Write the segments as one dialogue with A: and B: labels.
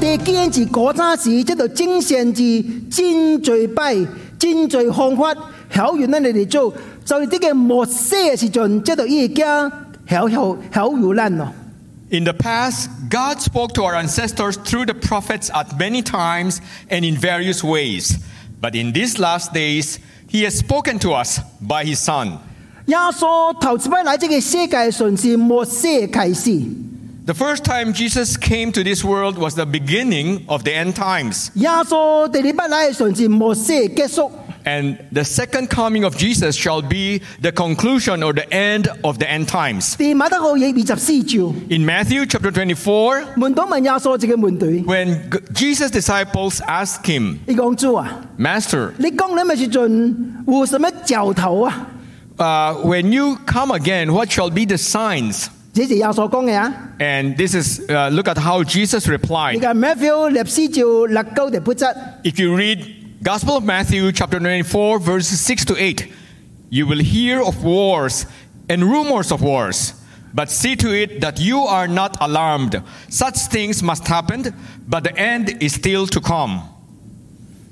A: 自嗰陣時，即度精善治、戰罪弊、戰罪看法，考完呢你哋做，就係啲嘅末些嘅時陣，即度依家考考考完啦咯。
B: In the past, God spoke to our ancestors through the prophets at many times and in various ways. But in these last days, He has spoken to us by His Son.
A: 耶穌頭次擺嚟即嘅世界上是末些嘅啟示。
B: The first time Jesus came to this world was the beginning of the end times.
A: 耶穌第二擺嚟嘅上是末些嘅結束。
B: And the second coming of Jesus shall be the conclusion or the end of the end times.
A: 第馬得好嘢二十四照，
B: In Matthew chapter 24,
A: 門徒問耶穌自己門隊，
B: when G- Jesus' disciples asked him,
A: 你講主啊，
B: Master,
A: 你講你咪是盡護什麼教頭啊？
B: uh, when you come again, what shall be the signs?
A: 這是耶穌講嘅啊。
B: And this is, uh, look at how Jesus
A: 你
B: replied.
A: 嘅 Matthew 立史照立高地本質，
B: If you read Gospel of Matthew, chapter 24, verses 6 to 8, you will hear of wars and rumors of wars. But see to it that you are not alarmed. Such things must happen, but the end is still to come.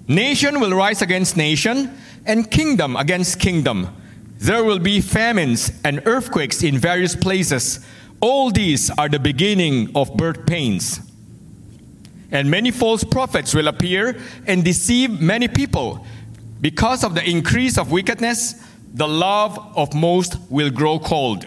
B: Nation will rise against nation, and kingdom against kingdom. There will be famines and earthquakes in various places. All these are the beginning of birth pains. And many false prophets will appear and deceive many people. Because of the increase of wickedness, the love of most will grow cold.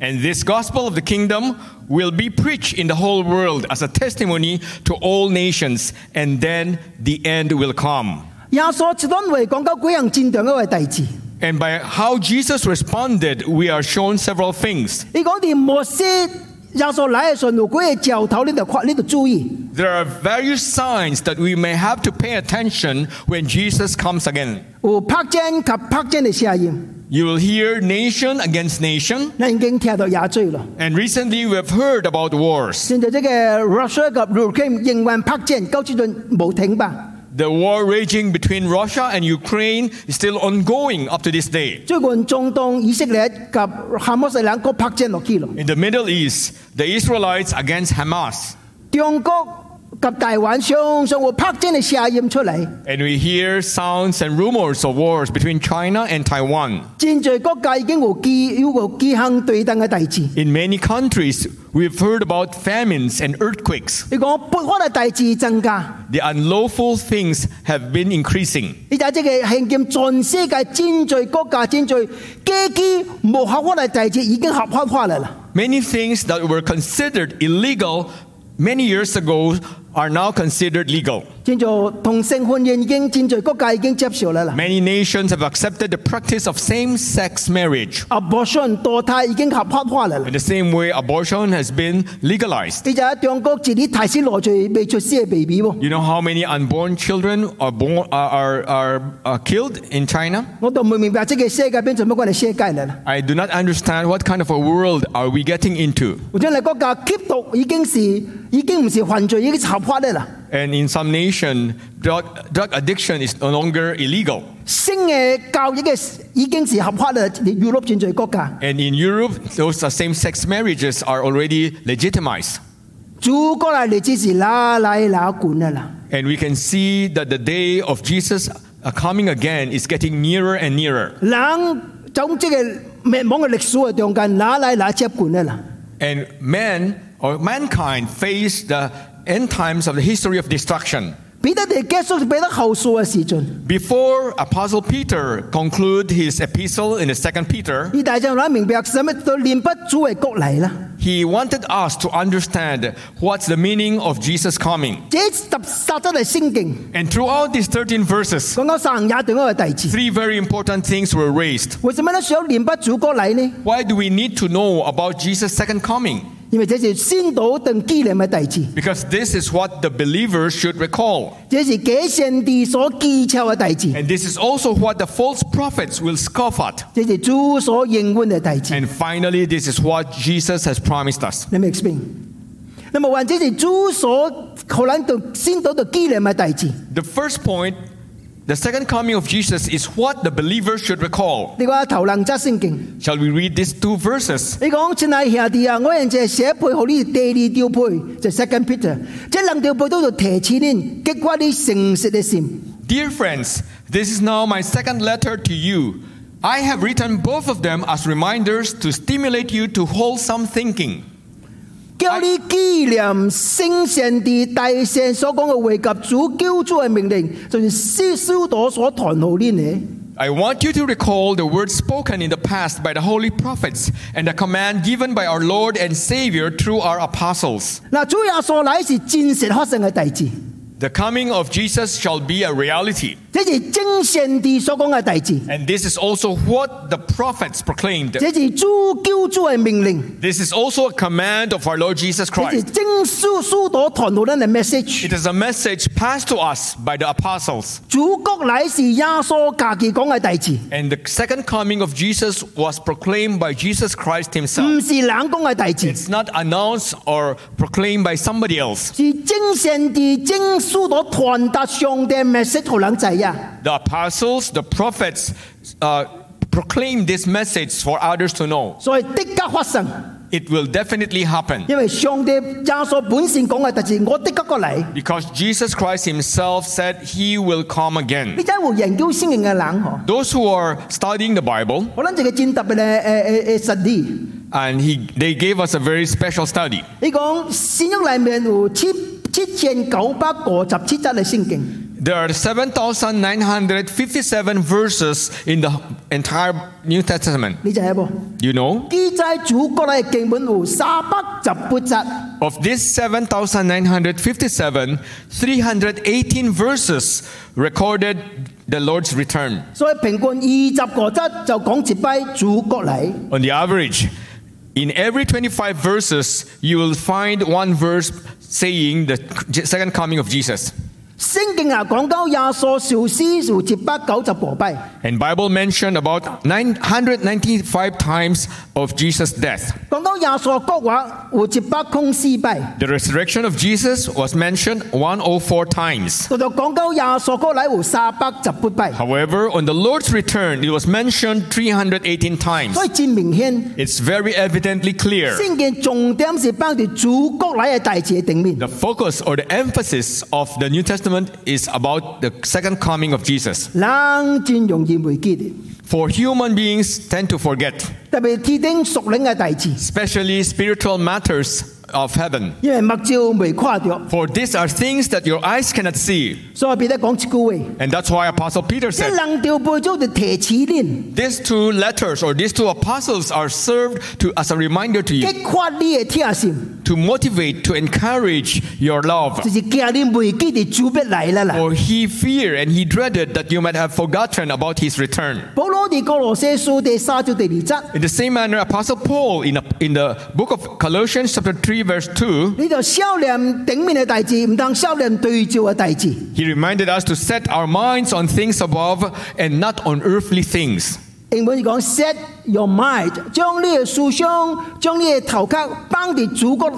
B: And this gospel of the kingdom will be preached in the whole world as a testimony to all nations, and then the end will come.
A: 耶穌切當為講究舉行戰場嗰個弟子。
B: And by how Jesus responded, we are shown several things.
A: 你講啲摩西耶穌嚟嘅信路嗰嘅教頭呢度誇呢度注意，
B: There are various signs that we may have to pay attention when Jesus comes again.
A: 有拍正及拍正嘅下音，
B: You will hear nation against nation.
A: 你已經聽到廿追啦。
B: And recently we have heard about wars.
A: 現在即嘅 Russia 及 Ukraine 仍然拍正，高處頓冇停吧？
B: The war raging between Russia and Ukraine is still ongoing up to this day.
A: 最近中東以色列及哈馬斯兩個拍正落去咯。
B: In the Middle East, the Israelites against Hamas.
A: 中國及大灣常常會拍正嘅下音出嚟。
B: And we hear sounds and rumors of wars between China and Taiwan.
A: 現在各界已經有機有個機行對等嘅地址。
B: In many countries, we've heard about famines and earthquakes.
A: 你講不安嘅地址增加，
B: The unlawful things have been increasing.
A: 你就即係興建全世界戰罪國家戰罪，基基無合法嘅地址已經合法化嚟啦。
B: Many things that were considered illegal many years ago are now considered legal.
A: 現在同性婚姻已經戰罪國家已經接受啦啦。
B: Many nations have accepted the practice of same sex marriage.
A: abortion 墮胎已經合法化嚟啦
B: In。the same way, abortion has been legalized.
A: 你就喺中國自己提死內罪未出世嘅 baby 喎，
B: You know how many unborn children are, born, are, are, are, are killed in China?
A: 我都唔明白即個世界變成乜鬼嘅世界嚟啦。
B: I do not understand what kind of a world are we getting into.
A: 我將嚟國家吸毒已經是已經唔是犯罪，已經是合法咧啦。
B: And in some nation, drug, drug addiction is no longer illegal.
A: 新嘅教育嘅已經是合法啦，你 Europe 戰罪國家，
B: And in Europe, those same-sex marriages are already legitimized.
A: 祖國嚟你只是拉拉拉管啊啦。
B: And we can see that the day of Jesus uh, coming again is getting nearer and nearer.
A: 人總之嘅滅亡嘅歷史嘅中間，拉拉拉接管啊啦。
B: And man or mankind face the end times of the history of destruction.
A: 彼得哋結束彼得後書嘅時陣，
B: Before Apostle Peter conclude his epistle in the second Peter,
A: 呢大眾諗明白什麼到念不主嘅國嚟啦。
B: he wanted us to understand what's the meaning of Jesus coming.
A: 這十殺得係聖經，
B: And throughout these 13 verses,
A: 講到神也對我嘅弟子。
B: three very important things were raised.
A: 為什麼呢？想念不主國嚟呢？
B: Why do we need to know about Jesus' second coming?
A: 因為這是先導定基念嘅弟子，
B: Because this is what the believer should recall.
A: 這是幾聖地所記抄嘅弟子，
B: And this is also what the false prophets will scoff at.
A: 這是主所應允嘅弟子。
B: And finally, this is what Jesus has promised us.
A: 你明 explain？那麼或者是主所可能到先到到基念嘅弟子，
B: The first point The second coming of Jesus is what the believer should recall.
A: 你話頭能則聖經，
B: Shall we read these two verses?
A: 你講親係兄弟啊，我人就係寫配好呢第二條配，就 second Peter，即係兩條配都度提前呢，激發啲誠實嘅心。
B: Dear friends, this is now my second letter to you. I have written both of them as reminders to stimulate you to wholesome thinking.
A: 叫你纪念圣上帝大圣所讲嘅惠及主救主嘅命令，就是施修道所谈好呢嘢。
B: I want you to recall the words spoken in the past by the holy prophets and the command given by our Lord and Savior through our apostles.
A: 嗱，主耶稣乃是真实可信嘅弟子，
B: The coming of Jesus shall be a reality.
A: 这是真上帝所讲嘅弟子，
B: And this is also what the prophets proclaimed.
A: 这是主救主嘅命令，
B: This is also a command of our Lord
A: 这
B: Jesus
A: 是
B: Christ.
A: 真修修道谈好呢嘅 message。
B: It is a message passed to us by the apostles.
A: 主角乃是耶稣家己讲嘅弟子，
B: And the second coming of Jesus was proclaimed by Jesus Christ himself.
A: 唔是冷讲嘅弟子，
B: It's not announced or proclaimed by somebody else.
A: 是真上帝真修道传达上帝 message 好人仔啊！
B: The apostles, the prophets, uh, proclaimed this message for others to know.
A: 所以的確發生，
B: It will definitely happen
A: 因為上帝耶穌本善講嘅特字，我的確過嚟。
B: because Jesus Christ himself said he will come again.
A: 呢真會研究先嘅冷河，
B: Those who are studying the Bible
A: 我諗就嘅戰特呃別咧誒誒誒實啲。
B: and he, they gave us a very special study.
A: 你講聖經裡面有七七千九百個十七則嘅聖經，
B: There are 7,957 verses in the entire New Testament.
A: 你就係噃。
B: You know,
A: 記載主國內經本有三百十八則，
B: of these 7,957, 318 verses recorded the Lord's return.
A: 所以平均二十個則就講一拜主國嚟。
B: On the average, in every 25 verses, you will find one verse saying the second coming of Jesus.
A: 聖經啊講到耶穌受死受一百九十個拜。
B: And Bible mentioned about 995 times of Jesus' death.
A: 講到耶穌國話有一百空四拜。
B: The resurrection of Jesus was mentioned 104 times.
A: 我就講到耶穌國嚟有三百十八拜，
B: However, on the Lord's return, it was mentioned 318 times.
A: 所以真明顯，
B: It's very evidently clear.
A: 聖經重點是放在主國嚟嘅大字嘅頂面。
B: The focus or the emphasis of the New Testament is about the second coming of Jesus.
A: 人真容易忘記的，
B: For human beings tend to forget,
A: 特別天頂屬靈嘅大字，
B: especially spiritual matters of heaven.
A: 因為目睭未看到，
B: For these are things that your eyes cannot see.
A: 所以彼得講一句話：，
B: And that's why Apostle Peter
A: 即
B: said,
A: 人掉背咗就提起恁，
B: these two letters or these two apostles are served to, as a reminder to you
A: 激發你嘅天心，
B: to motivate, to encourage your love.
A: 就是驚你忘記的主必嚟啦啦。
B: For he feared and he dreaded that you might have forgotten about his return.
A: 保羅的哥羅西書第三章第二節，
B: In the same manner, Apostle Paul in, the in the book of Colossians, chapter 3, verse 2,
A: 你就少念頂面嘅大字，唔當少念對照嘅大字。
B: he reminded us to set our minds on things above and not on earthly things.
A: 英文講 set your mind，將呢個思想、將呢個頭殼綁喺祖國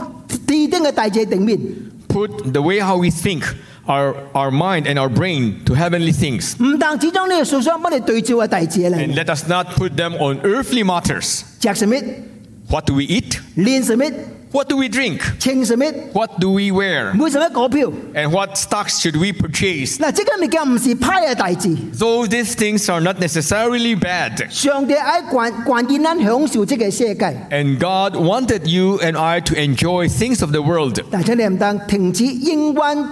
A: 地頂嘅大字頂面，
B: Put the way how we think, our, our mind and our brain to heavenly things.
A: 唔但只將呢個思想幫你對照嘅大字嚟
B: And。let us not put them on earthly matters.
A: 食什麼？
B: What do we eat?
A: 練什麼？
B: What do we drink?
A: 穿什麼？
B: What do we wear?
A: 買什麼股票？
B: And what stocks should we purchase?
A: 嗱，即個物件唔是派嘅大字，
B: Though these things are not necessarily bad,
A: 上帝愛關關鍵咱享受這個世界，
B: And God wanted you and I to enjoy things of the world.
A: 但請你唔當停止永遠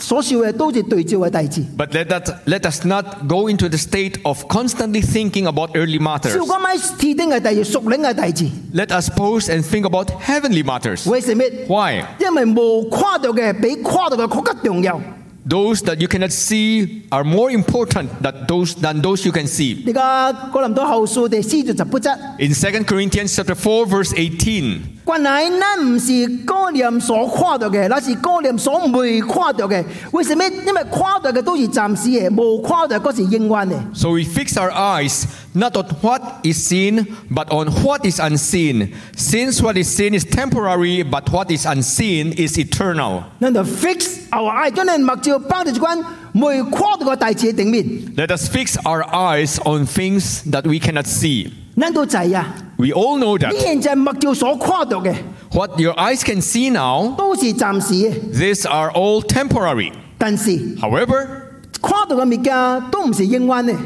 A: 所受嘅都是對照嘅大字。
B: But let, that, let us not go into the state of constantly thinking about earthly
A: 少
B: matters.
A: 講買天頂嘅大字、屬靈嘅大字，
B: Let us pause and think about heavenly matters.
A: 為什麼？
B: Why?
A: 因為無看到嘅比看到嘅更加重要。
B: Those that you cannot see are more important than those, than those you can see.
A: 呢個哥林多後書第四章十八節，
B: In 2 Corinthians chapter 4 verse 18,
A: 原來咱唔是哥念所誇到嘅，那是哥念所未誇到嘅。為什麼？因為誇到嘅都是暫時嘅，無誇到嘅嗰是永遠嘅。
B: so we fix our eyes not on what is seen, but on what is unseen. Since what is seen is temporary, but what is unseen is eternal.
A: 咱就 fix our eye，將咱目睭放喺一款未看到嘅大事嘅頂面，
B: Let us fix our eyes on things that we cannot see.
A: 咱都知啊！
B: We all know
A: 你
B: that
A: 現在目睭所看到嘅
B: what your eyes can see now,
A: 都是暫時嘅，
B: these are all temporary.
A: 但是
B: However,
A: 看到嘅物件都唔是永遠嘅。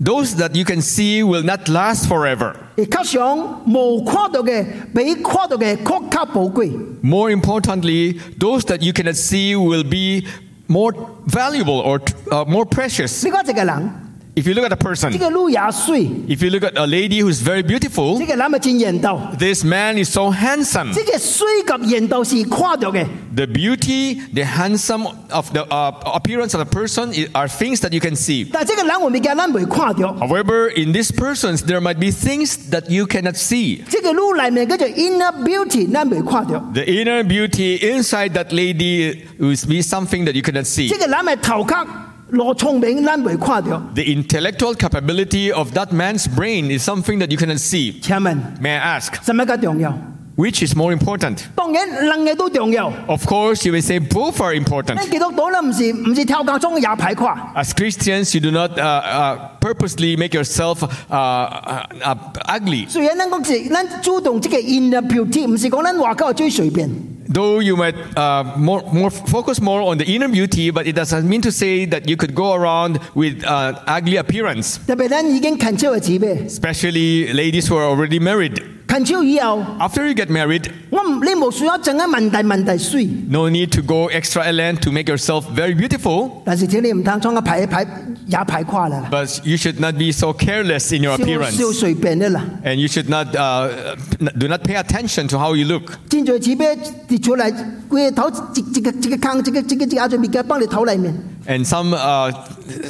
B: those that you can see will not last forever.
A: 而加上無看到嘅比看到嘅更加寶貴。
B: More importantly, those that you cannot see will be more valuable or uh, more precious.
A: 你看一個人，
B: If you look at a
A: 呢
B: person,
A: 個女也水，
B: if you look at a lady who's very
A: 呢
B: beautiful,
A: 個男咪真緣道。
B: this man is so handsome.
A: 呢個水及緣道是看到嘅，
B: The beauty, the handsome of the uh, appearance of the person i- are things that you can see.
A: 但係呢個人我物件咱未看到。
B: However, in these persons, there might be things that you cannot see.
A: 呢個女內面叫做 inner beauty，咱未看到。
B: The inner beauty inside that lady will be something that you cannot see.
A: 呢個男嘅頭殼羅聰明，咱未看到。
B: The intellectual capability of that man's brain is something that you cannot see.
A: 請問
B: May I ask,
A: 什麼較重要？
B: which is more important?
A: 當然兩個都重要。
B: Of course, you may say both are
A: 咱
B: important.
A: 基督徒咧唔是唔是跳教中也排看，
B: As Christians, you do not uh, uh, purposely make yourself uh, uh, uh, ugly.
A: 雖然咱講是咱主動即個 inner beauty，唔是講咱外口最隨便。
B: Though you might uh, more, more focus more on the inner beauty, but it doesn't mean to say that you could go around with uh, ugly appearance,
A: 特別咱已經近超嘅姊妹，
B: especially ladies who are already married.
A: 近超以後，
B: After you get married,
A: 我唔你無需要啊整一問題問題水，
B: no need to go extra elan to make yourself very beautiful,
A: 但是請你唔通裝個排一排也排跨啦，
B: but you should not be so careless in your
A: 少少
B: appearance,
A: 隨便的啦。
B: and you should not uh, n- do not pay attention to how you look.
A: 真在姊妹跌出來，佢頭一一個一個坑，一個一個一個阿做物件放你頭裡面，
B: And some uh,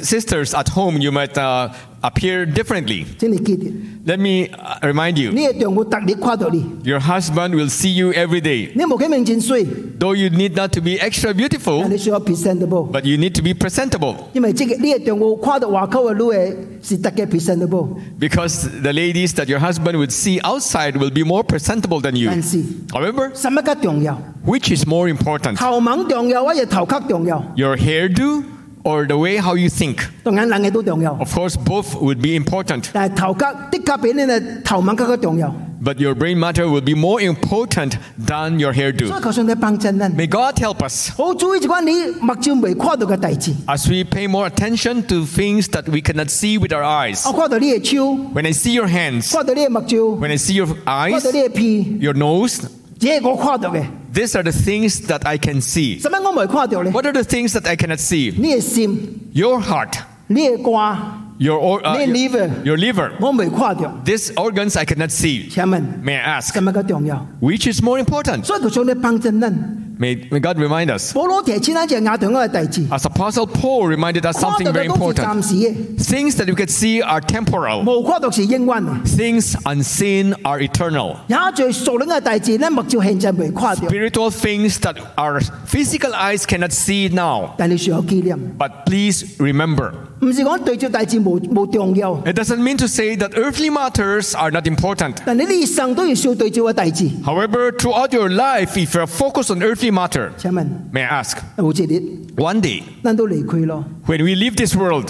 B: sisters at home, you might uh, appear differently.
A: 請你記得，
B: Let me uh, remind you.
A: 你嘅丈夫特別看到你，
B: Your husband will see you every day.
A: 你無佢面前水，
B: Though you need not to be extra
A: 但
B: beautiful,
A: 你需要 presentable。
B: but you need to be presentable
A: 因為即個你嘅丈夫看到外口嘅女嘅是特別 presentable，
B: because the ladies that your husband would see outside will be more presentable than you.
A: 但是
B: However,
A: 什麼較重要？
B: which is more important?
A: 頭毛重要，或者頭殼重要？
B: Your hairdo or the way how you think?
A: 當然兩個都重要。
B: Of course, both would be important,
A: 但係頭殼的確比你嘅頭毛更加重要，
B: but your brain matter will be more important than your
A: 所以
B: hairdo.
A: 求上帝幫襯咱。
B: May God help us
A: 好注意一款你目睭未看到嘅代志，
B: as we pay more attention to things that we cannot see with our eyes.
A: 我看到你嘅手，
B: When I see your hands,
A: 看到你嘅目睭，
B: when I see your
A: 看
B: eyes,
A: 到你嘅鼻，
B: your nose,
A: 這個我看到嘅，
B: These are the things that I can see.
A: 什麼我未看到咧？
B: What are the things that I cannot see?
A: 你嘅心，
B: Your heart,
A: 你嘅肝，
B: your or, uh,
A: Then
B: your,
A: liver.
B: your liver.
A: 我未看到。
B: These organs I cannot see.
A: 請問
B: May I ask,
A: 什麼較重要？
B: which is more important?
A: 所以求上帝幫襯咱。
B: May, may God remind us.
A: 保羅提醒咱一件亞當嘅代志，
B: As Apostle Paul reminded us
A: 看
B: something
A: 到
B: very
A: 嘅都是
B: important.
A: 暫時嘅，
B: Things that we can see are temporal.
A: 無看到是永遠嘅。
B: Things unseen are eternal.
A: 也最熟靈嘅代志，咱目睭現在未看到，
B: Spiritual things that our physical eyes cannot see now.
A: 但你需要紀念。
B: But please remember,
A: 唔是講對照代志無無重要，
B: it doesn't mean to say that earthly matters are not important.
A: 但你呢一生都要受對照嘅代志。
B: However, throughout your life, if you're focused on earthly matter,
A: 請問
B: may I ask,
A: 有一日
B: one day
A: 咱都離開咯，
B: when we leave this world,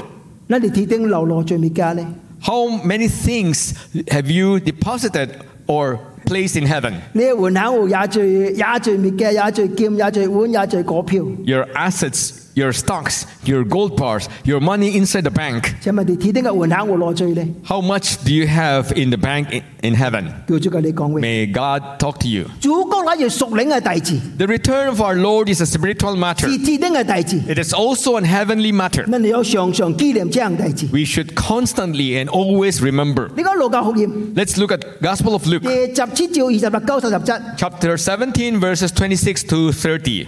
A: 咱哋天頂流落最物件咧，
B: how many things have you deposited or placed in heaven?
A: 你嘅銀行有也最也最物件，也最金，也最碗，也最股票。
B: Your assets, your stocks, your gold bars, your money inside the bank.
A: 請問你天頂嘅銀行有落最咧？
B: How much do you have in the bank i- in heaven?
A: 叫主角你講話。
B: May God talk to you.
A: 主角乃要屬靈嘅代志，
B: The return of our Lord is a spiritual matter.
A: 是天頂嘅代志。
B: It is also an heavenly matter.
A: 咱哋要常常紀念這樣代志。
B: We should constantly and always remember.
A: 你講路加福音
B: Let's look at Gospel of Luke.
A: 第十七章二十六到三十七。
B: chapter 17 verses 26 to 30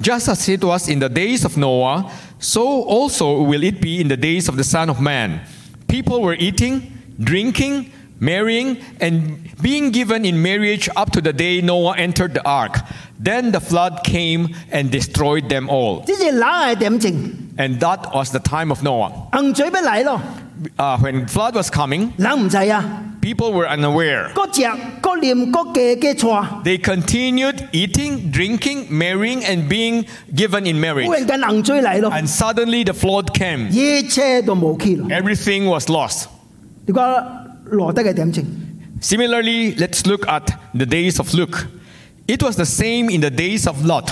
B: just as it was in the days of noah so also will it be in the days of the son of man people were eating drinking marrying and being given in marriage up to the day noah entered the ark then the flood came and destroyed them all
A: 這是哪嘅點證？
B: and that was the time of noah
A: 洪水要來咯，
B: uh, when flood was coming,
A: 人唔知啊，
B: people were unaware.
A: 各食各啉各嫁各娶，
B: They continued eating, drinking, marrying, and being given in
A: 忽然
B: marriage.
A: 間人追嚟咯，
B: And suddenly the flood came.
A: 一車都冇去咯。
B: Everything was lost.
A: 你講羅德嘅點情？
B: Similarly, let's look at the days of Luke. It was the same in the days of Lot.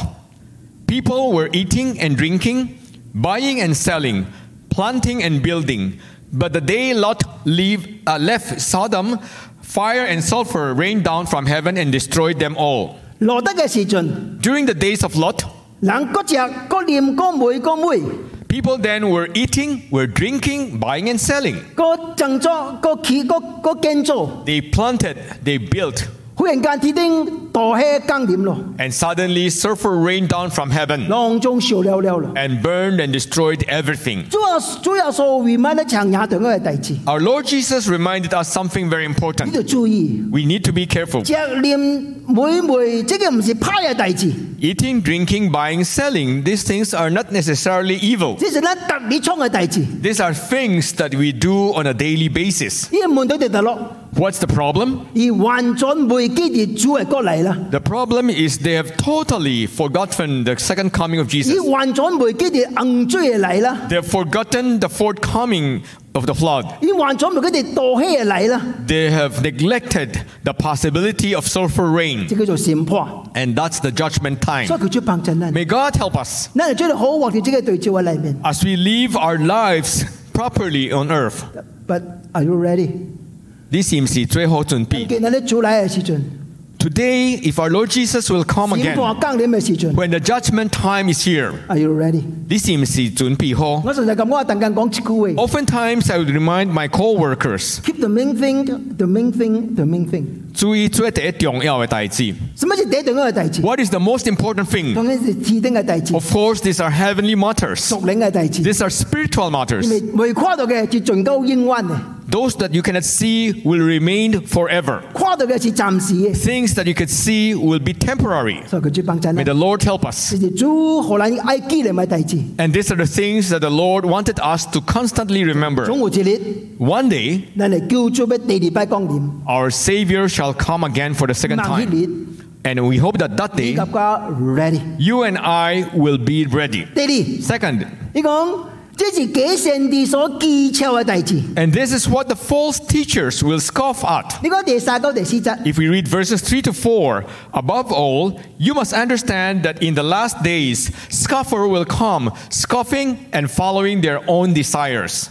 B: People were eating and drinking, buying and selling, planting and building. But the day Lot leave, uh, left Sodom, fire and sulfur rained down from heaven and destroyed them all.
A: 羅德嘅時陣，
B: During the days of Lot,
A: 人各食各啉各妹各妹，
B: people then were eating, were drinking, buying and selling.
A: 各振作各企各各建造，
B: They planted, they built,
A: 忽然間天丁墮起更點咯，
B: and suddenly sulfur rained down from heaven.
A: 浪中笑了了咯。
B: and burned and destroyed everything.
A: 主要主要所 remind 一層也對我嘅弟子，
B: Our Lord Jesus reminded us something very
A: 呢
B: important.
A: 度注意，
B: We need to be careful.
A: 食念妹妹，即個唔是派嘅弟子，
B: Eating, drinking, buying, selling, these things are not necessarily evil.
A: 即是咧特你倉嘅弟子，呢
B: These are things that we do on a daily basis.
A: 個門對地得落，
B: What's the problem?
A: 而還準會基地主係過嚟啦，
B: The problem is they have totally forgotten the second coming of
A: 而
B: Jesus.
A: 還準會基地硬追嚟啦。
B: They have forgotten the fourth coming of the flood.
A: 已經患咗咪佢哋墮起嘅嚟啦，
B: They have neglected the possibility of sulfur rain,
A: 就叫做善破，
B: and that's the judgment
A: 所以
B: time.
A: 佢出棒震啦。
B: May God help us.
A: 嗱，你將你好好活條自己對照喺裏面。
B: as we live our lives properly on earth.
A: But are you ready？
B: this
A: 見到啲主禮嘅時陣，
B: Today, if our Lord Jesus will come
A: 善
B: again,
A: 破更年嘅時陣
B: when the judgment time is here,
A: ，Are you ready？
B: this Oftentimes,
A: 我成日咁講，突然間講一句
B: Oh
A: 話
B: I would remind my co-workers,
A: ：Keep the main thing, the main thing, the main thing。
B: 注意最第一重要的代志。
A: 什麼是第一重要嘅弟子？
B: e What is the most important thing?
A: 當然是至丁嘅弟子、
B: Of course, these are heavenly matters.
A: 屬靈嘅弟子。
B: These are spiritual
A: 因
B: matters.
A: 為未跨到嘅是盡高應允嘅，
B: Those that you cannot see will remain forever.
A: 跨到嘅是暫時嘅，
B: Things that you could see will be temporary.
A: 所以佢主棒震
B: May
A: 啦。
B: the Lord help us.
A: 是主荷蘭埃基嚟嘅弟子，
B: And these are the things that the Lord wanted us to constantly remember.
A: 總會之列，
B: One day,
A: 你嚟叫做俾第二拜光年。
B: our Savior shall come again for the second time. 嗯 And we hope that that day,
A: 孟希烈，依及家 ready。
B: you and I will be ready. Second,
A: 第二，你講，這是幾聖地所譏誚嘅弟子。你講第三九、第四節，
B: and this is what the false teachers will scoff at. If we read verses 3 to 4, above all, you must understand that in the last days, scoffer will come, scoffing and following their own desires.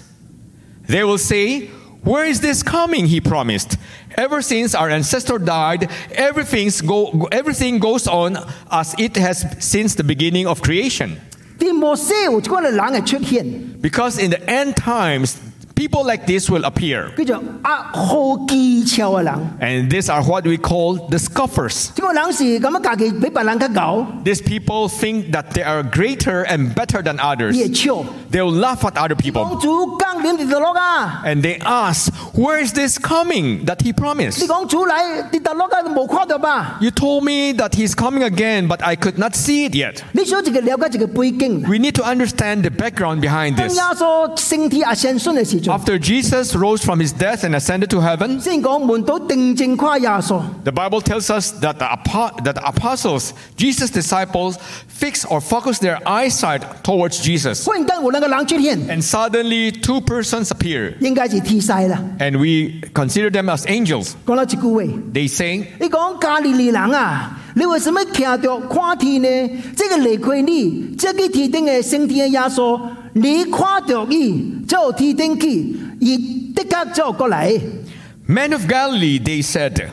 B: They will say, Where is this coming? He promised. Ever since our ancestor died, everything's go, everything goes on as it has since the beginning of creation. Because in the end times, people like this will appear.
A: 啲摩西有一個人冷係出現，叫做壓好譏誚嘅人。呢個人是咁樣價錢比別人較高，
B: And these are what we call the scoffers. These people think that they are greater and better than others. They'll laugh at other people.
A: 佢係超。講主降點跌落啊！你講主嚟跌落啊，冇看到。
B: And they ask, Where is this coming that he promised? You told me that he's coming again, but I could not see it yet.
A: 你想自己了解自己背景。
B: We need to understand the background behind this.
A: 當耶穌升天ascension嘅時候，
B: After Jesus rose from his death and ascended to heaven,
A: 先講門徒定睛跨耶穌。
B: the Bible tells us that the, apo- that the apostles, Jesus' disciples, fix or focus their eyesight towards Jesus.
A: 忽然間我那個人出現，
B: And suddenly, two persons appear,
A: 應該是天使啦。
B: and we consider them as angels.
A: 講到一句話，
B: They say,
A: 你講加利利人啊，你為什麼站着看天呢？這個離開你，這個天頂嘅升天嘅耶穌，你看着伊，就天頂去，而的確就過嚟。
B: Men of Galilee, they said,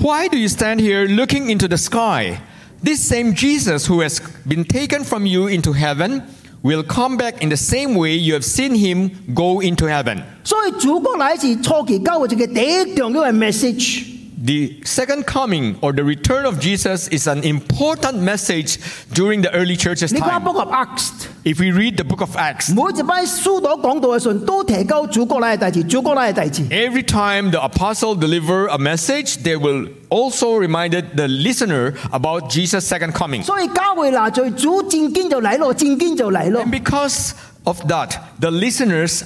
B: Why do you stand here looking into the sky? This same Jesus who has been taken from you into heaven will come back in the same way you have seen him go into heaven.
A: 所以主國嚟是初期教會一個第一重要嘅 message。
B: The second coming or the return of Jesus is an important message during the early church's
A: 你看
B: time.
A: Book of Acts，
B: If we read the book of Acts,
A: 每一班書道講道嘅信都提交主國嚟嘅弟子，主國嚟嘅弟子。
B: every time the apostle deliver a message, they will also reminded the listener about Jesus' second coming.
A: 所以教會嗱，最主戰堅就嚟咯，戰堅就嚟咯
B: And。because of that, the listeners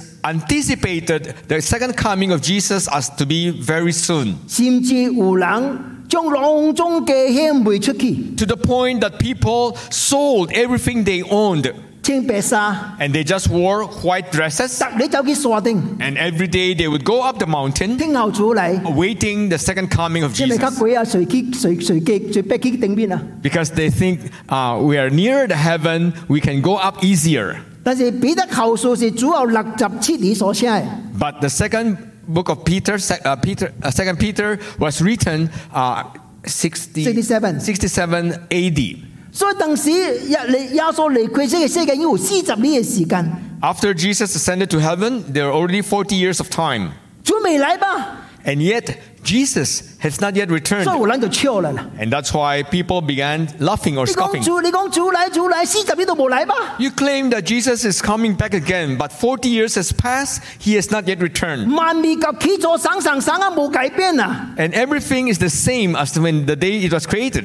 B: anticipated the second coming of Jesus as to be very soon,
A: 甚至有人將囊中嘅險賣出去，
B: to the point that people sold everything they owned
A: 穿白衫，
B: and they just wore white dresses.
A: 搭你走去山頂，
B: And every day they would go up the mountain,
A: 聽候主嚟，
B: awaiting the second coming of
A: 即係咪
B: Jesus
A: 鬼啊？誰去誰誰記誰逼去頂邊啊？
B: because they think uh, we are nearer the heaven, we can go up easier.
A: 但是彼得後書是主後六十七年所寫嘅，
B: But the second book of Peter, sec- uh, Peter uh, Second Peter, was written uh, 60,
A: 67.
B: 67 AD.
A: 所以當時耶利耶穌離開呢個世界已經有四十年嘅時間，
B: After Jesus ascended to heaven, there are already 40 years of time.
A: 主未來吧？
B: And yet, Jesus has not yet
A: 所以
B: returned.
A: 有人就笑啦。
B: And that's why people began laughing or
A: 你講
B: scoffing.
A: 主，你講主嚟主嚟，四十年都冇嚟吧？
B: You claim that Jesus is coming back again, but 40 years has passed, he has not yet returned.
A: 萬未及起咗省省省啊，冇改變啊，
B: And everything is the same as when the day it was created,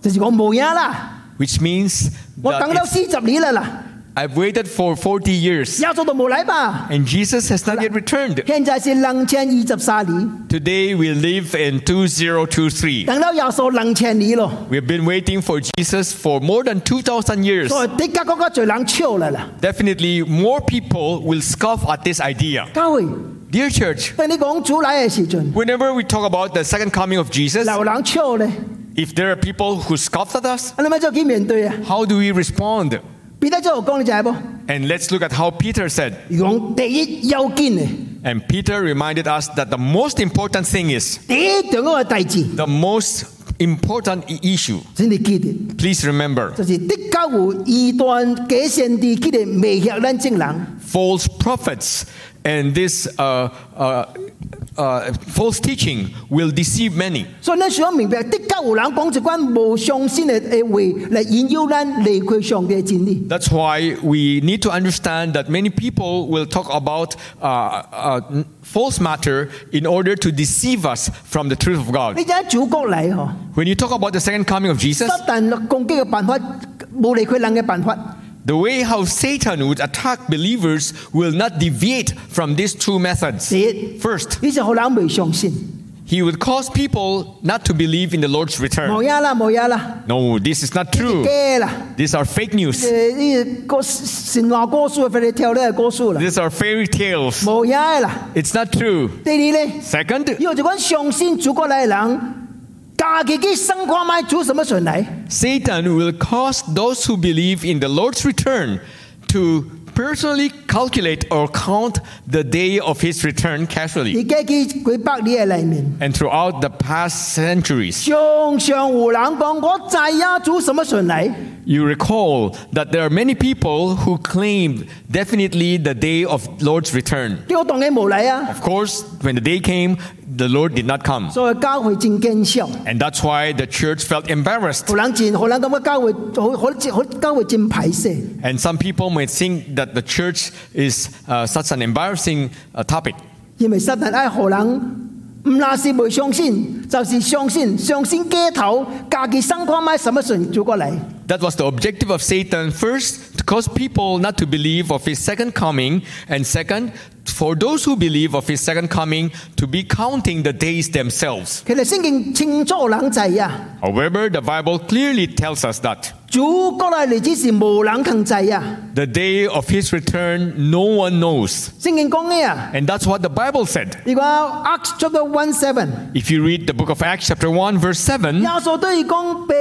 A: 就是講冇嘢啦。
B: which means
A: 我
B: that
A: 等到
B: it's-
A: 四十年啦啦。
B: I've waited for 40 years.
A: 耶穌都冇嚟吧？
B: And Jesus has not yet returned.
A: 現在是兩千二十三年，
B: Today we live in 2023.
A: 等到耶穌兩千年咯，
B: We've been waiting for Jesus for more than 2,000 years.
A: 所以的確嗰個最冷超嚟啦。
B: Definitely more people will scoff at this idea.
A: 教會，
B: Dear church,
A: 當你講主嚟嘅時陣，
B: whenever we talk about the second coming of Jesus,
A: 流冷超咧，
B: if there are people who scoff at us,
A: 你咪就去面對啊？
B: how do we respond?
A: 彼得就講你就係噃，
B: And let's look at how Peter said.
A: 用第一要件嘅，
B: And Peter reminded us that the most important thing is
A: 第一樣嗰個大字，
B: the most important i- issue.
A: 先你記得，
B: Please remember,
A: 就是的確有異端假先知，佢哋未嚇咱正人。
B: false prophets and this uh, uh, uh, false teaching will deceive many.
A: 所以咱需要明白，的確有人講一關無相信嘅嘅話嚟引誘咱離開上帝嘅真理。
B: That's why we need to understand that many people will talk about uh, uh, false matter in order to deceive us from the truth of
A: 你
B: God.
A: 知影主國嚟嗬？
B: When you talk about the second coming of Jesus,
A: 撒旦攻擊嘅辦法冇離開人嘅辦法，
B: the way how Satan would attack believers will not deviate from these two methods.
A: 第一，
B: First,
A: 你就好人未相信，
B: he would cause people not to believe in the Lord's return.
A: 冇呀啦，冇呀啦，
B: No, this is not true.
A: 假啦，
B: These are fake news.
A: 誒呢個神話歌書俾你跳呢個歌書啦，
B: These are fairy tales.
A: 冇呀啦。
B: It's not true.
A: 第二咧，
B: Second,
A: 要就講相信主國嚟嘅人，家己嘅生活咪主什麼順嚟？
B: Satan will cause those who believe in the Lord's return to personally calculate or count the day of his return casually.
A: 而家佢幾百年嘅裡面，
B: And throughout the past centuries,
A: 常常有人講我知呀主什麼順嚟，
B: you recall that there are many people who claimed definitely the day of Lord's return.
A: 結果當然冇嚟啊，
B: Of course, when the day came, the Lord did not come.
A: 所以教會真見笑。
B: And that's why the church felt embarrassed.
A: 荷蘭戰荷蘭咁嘅教會，好好好教會真排泄。
B: And some people may think that the church is uh, such an embarrassing uh, topic
A: 因為撒旦愛荷蘭，唔那是未相信，就是相信，相信街頭家己生活買什麼順做過嚟。
B: That was the objective of Satan first, to cause people not to believe of his second coming, and second, for those who believe of his second coming to be counting the days themselves.
A: 其實聖經清楚人知啊，
B: However, the Bible clearly tells us that
A: 主過嚟日子是無人肯知啊。
B: the day of his return no one knows.
A: 聖經講嘅啊，
B: And that's what the Bible said.
A: 如果 à? Acts chapter one seven，
B: If you read the book of Acts, chapter 1, verse 7,
A: 耶穌對佢講被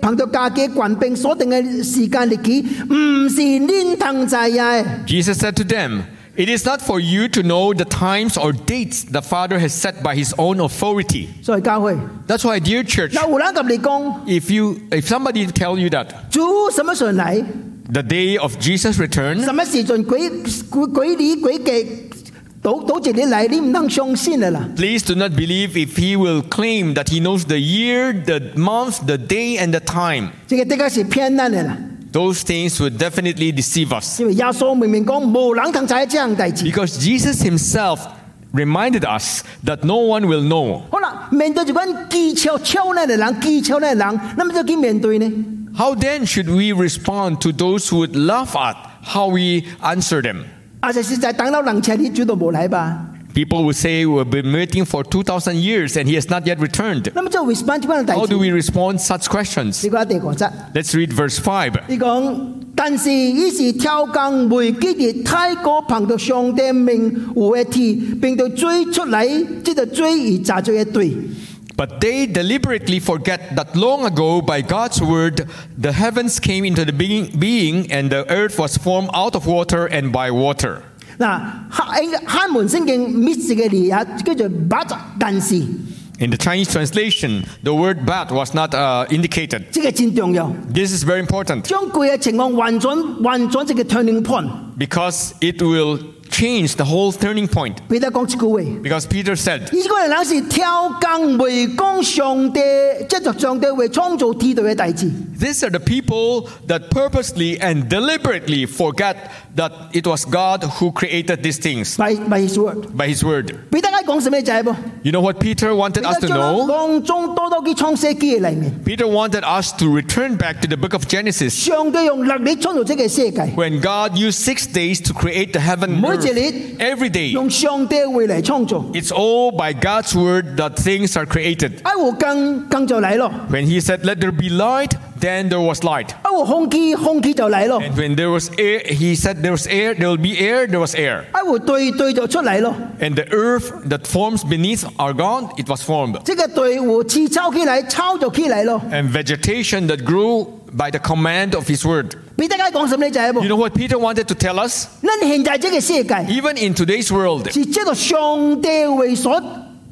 A: 憑着家己權柄所定嘅時間日期，唔是恁通知啊。
B: Jesus said to them, It is not for you to know the times or dates the Father has set by his own authority.
A: 所以教會，
B: That's why, dear church,
A: 有人咁你講，
B: if you if somebody tell you that
A: 主什麼順嚟？
B: the day of Jesus' return,
A: 什麼時陣鬼鬼鬼理鬼忌倒倒住你嚟，你唔通相信嘅啦。
B: please do not believe if he will claim that he knows the year, the month, the day, and the time.
A: 這個的確是騙人嘅啦，
B: Those things would definitely deceive us.
A: 因為耶穌明明講無人通知這樣代志。
B: Because Jesus himself reminded us that no one will know.
A: 好啦，面對住款技巧超人嘅人，技巧人嘅人，那麼就去面對呢？
B: How then should we respond to those who would laugh at how we answer them.
A: 啊，就是在等到人前你主都冇嚟吧？
B: People will say, We've been waiting for 2,000 years and he has not yet returned.
A: 咁就 respond 點樣嚟
B: How
A: 第
B: do
A: 二？
B: we respond such questions?
A: 你講第講質，
B: Let's read verse 5.
A: 你講，但是伊是超更回基熱太過憑到上帝命有嘅鐵，並到追出嚟，即係追而查罪嘅罪。
B: But they deliberately forget that long ago, by God's word, the heavens came into the being, being and the earth was formed out of water and by water.
A: 嗱，黑喺黑門聖經 miss 嘅字啊，叫做 but 但是，呢
B: In the Chinese translation, the word bat was not uh, indicated.
A: 個真重要。
B: This is very important
A: 將佢嘅情況換轉換轉成個 turning point。
B: because it will change the whole turning point.
A: 彼得講一句話。
B: Because Peter said,
A: 呢個人乃是挑更回光上帝，即係上帝為創造天地嘅大志。
B: These are the people that purposely and deliberately forget that it was God who created these things
A: by by his word。
B: by his word.
A: 俾大家講什麼就係噃，
B: You know what Peter
A: 俾
B: wanted us
A: 大家
B: to
A: 將
B: know?
A: 當中多多嘅創世記嘅裏面，
B: Peter wanted us to return back to the book of Genesis
A: 上帝用能力創造這個世界，
B: when God used six days to create the heaven and
A: Mỗi
B: earth.
A: giờ lít.
B: every day.
A: 用上帝會嚟創造。
B: It's all by God's word that things are created.
A: 一湖更更就嚟咯，
B: When He said, Let there be light, then there was light.
A: 一湖空氣空氣就嚟咯，
B: And when there was air, He said, There was air, there will be air, there was air.
A: 一湖對對就出嚟咯。
B: And the earth that forms beneath our ground, it was formed.
A: 即個對湖刺抄起嚟，抄就起嚟咯。
B: And vegetation that grew by the command of His word.
A: 俾大家講什麼就係
B: You
A: 噃，
B: know what Peter wanted to tell us?
A: 恁現在這個世界。
B: Even in today's world,
A: 是即個上帝為所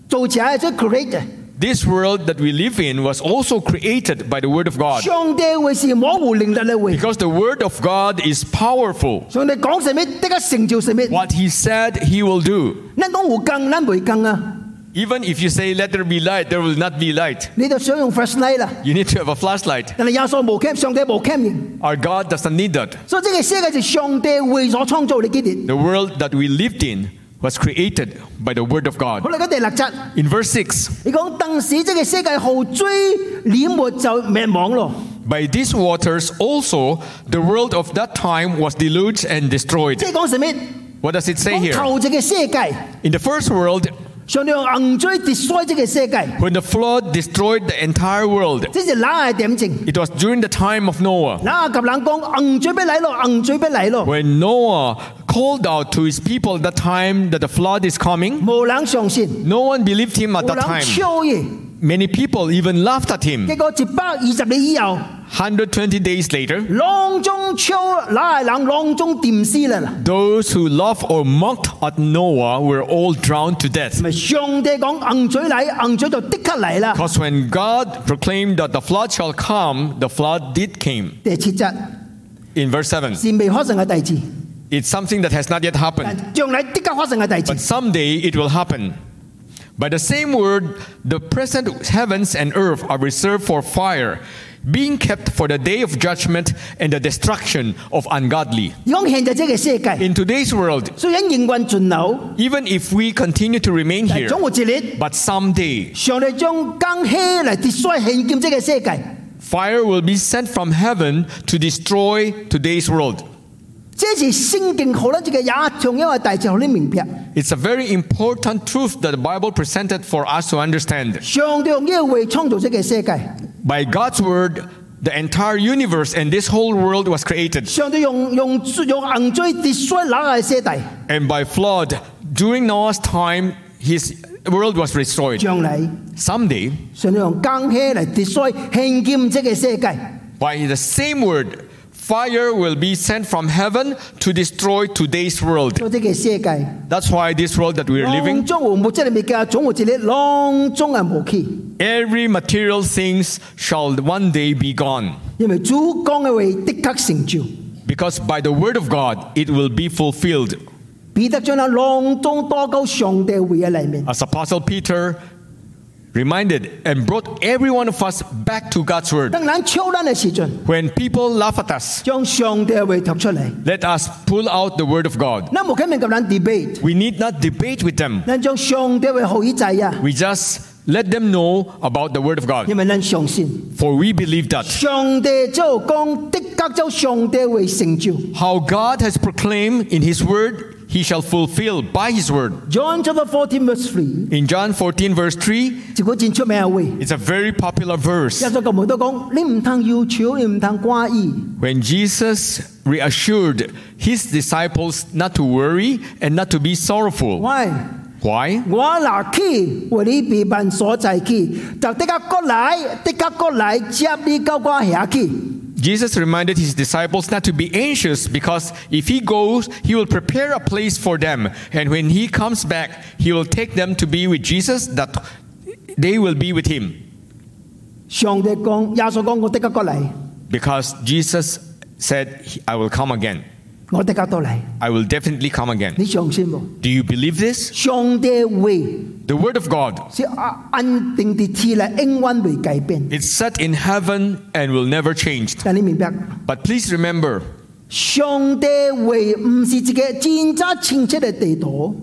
A: 做者即 create 嘅。
B: this world that we live in was also created by the word of God.
A: 上帝為是模糊靈力嚟為。
B: Because the word of God is powerful.
A: 上帝講什麼，即刻成就什麼。
B: What he said, he will do.
A: 咱講有更，咱未更啊！
B: Even if you say, let there be light, there will not be light.
A: 你就想用 flashlight 啦，
B: You need to have a flashlight.
A: 但係耶穌無 cam，上帝無 cam 嘅。
B: Our God doesn't need that.
A: 所以呢個世界是上帝為所創造嘅基地。
B: The world that we lived in was created by the word of
A: 好
B: God.
A: 啦，而家第六節，
B: In verse 6,
A: 你講鄧使即個世界後追淹沒就滅亡咯。
B: by these waters also the world of that time was deluged and destroyed.
A: 即係講什麼？
B: What does it say
A: 講
B: here?
A: 頭這個世界，
B: In the first world,
A: 上帝用硬追 destroy 這個世界，
B: when the flood destroyed the entire world,
A: 這是哪係點證？
B: it was during the time of Noah.
A: 嗱，及冷講，硬嘴俾你咯，硬嘴俾你咯，
B: When Noah called out to his people at that time that the flood is coming,
A: 無冷上線，
B: no one believed him at
A: 無
B: that
A: 冷
B: time.
A: 超越。
B: Many people even laughed at him.
A: 結果一百二十年以後，
B: 120 days later,
A: 浪中超哪係冷，浪中掂屍啦啦。
B: those who laughed or mocked at Noah were all drowned to death.
A: 咪上帝講硬嘴嚟，硬嘴就即刻嚟啦。
B: Because when God proclaimed that the flood shall come, the flood did came.
A: 第七節
B: In verse 7,
A: 是未發生嘅大事，
B: it's something that has not yet happened.
A: 但將來即刻發生嘅大事
B: But。someday it will happen. By the same word, the present heavens and earth are reserved for fire, being kept for the day of judgment and the destruction of ungodly.
A: 而講現在即個世界，
B: In today's world,
A: 雖然營運盡流，
B: even if we continue to remain
A: 但
B: here,
A: 總有一日，
B: but someday
A: 上帝將更起嚟 destroy 現今即個世界。
B: fire will be sent from heaven to destroy today's world.
A: 這是聖經好咱即個也同樣嘅大事，讓你明白。
B: It's a very important truth that the Bible presented for us to understand.
A: 上帝用呢個為創造這個世界，
B: By God's word, the entire universe and this whole world was created.
A: 上帝用用用硬追跌衰那個世代，
B: And by flood, during Noah's time, his world was destroyed.
A: 將來
B: Someday,
A: 上帝用更起嚟跌衰現今這個世界。
B: by the same word, fire will be sent from heaven to destroy today's world.
A: 所以這個世界，
B: That's why this world that we're
A: 浪
B: living,
A: 中和木真係未計，總和這裡浪中係無期，
B: every material things shall one day be gone.
A: 因為主講嘅話的確成就。
B: Because by the word of God, it will be fulfilled.
A: 彼得將那浪中多高上帝會嘅裏面，
B: As Apostle Peter reminded and brought every one of us back to God's word.
A: 當咱超咱嘅時陣，
B: When people laugh at us,
A: 將上帝嘅話讀出嚟。
B: let us pull out the word of God.
A: 咱無可能及咱 debate，
B: We need not debate with them.
A: 咱將上帝嘅話好意制啊！
B: We just Let them know about the word of God.
A: 因為咱相信
B: For we believe that
A: 上帝就講，的確就上帝會成就。
B: how God has proclaimed in his word, he shall fulfill by his word.
A: John chapter fourteen verse three，
B: In John 14, verse 3,
A: 一個真出名嘅話，耶
B: it's a very popular verse
A: 穌咁門都講：你唔通要求，你唔通怪意，
B: when Jesus reassured his disciples not to worry and not to be sorrowful.
A: 喂，
B: Why?
A: 我若去為你避難所在去，就的確過來，的確過來接你到我遐去。
B: Jesus reminded his disciples not to be anxious because if he goes, he will prepare a place for them. And when he comes back, he will take them to be with Jesus, that they will be with him.
A: 上帝講，耶穌講：我的確過來，
B: Because Jesus said, I will come again.
A: 我的確到嚟，
B: I will definitely come again.
A: 你相信冇？
B: Do you believe this?
A: 上帝會
B: The word of God
A: 是安定地賜嚟，永遠未改變。
B: is set in heaven and will never change.
A: 但你明白，
B: But please remember,
A: 上帝會唔是一個真真清晰嘅地圖。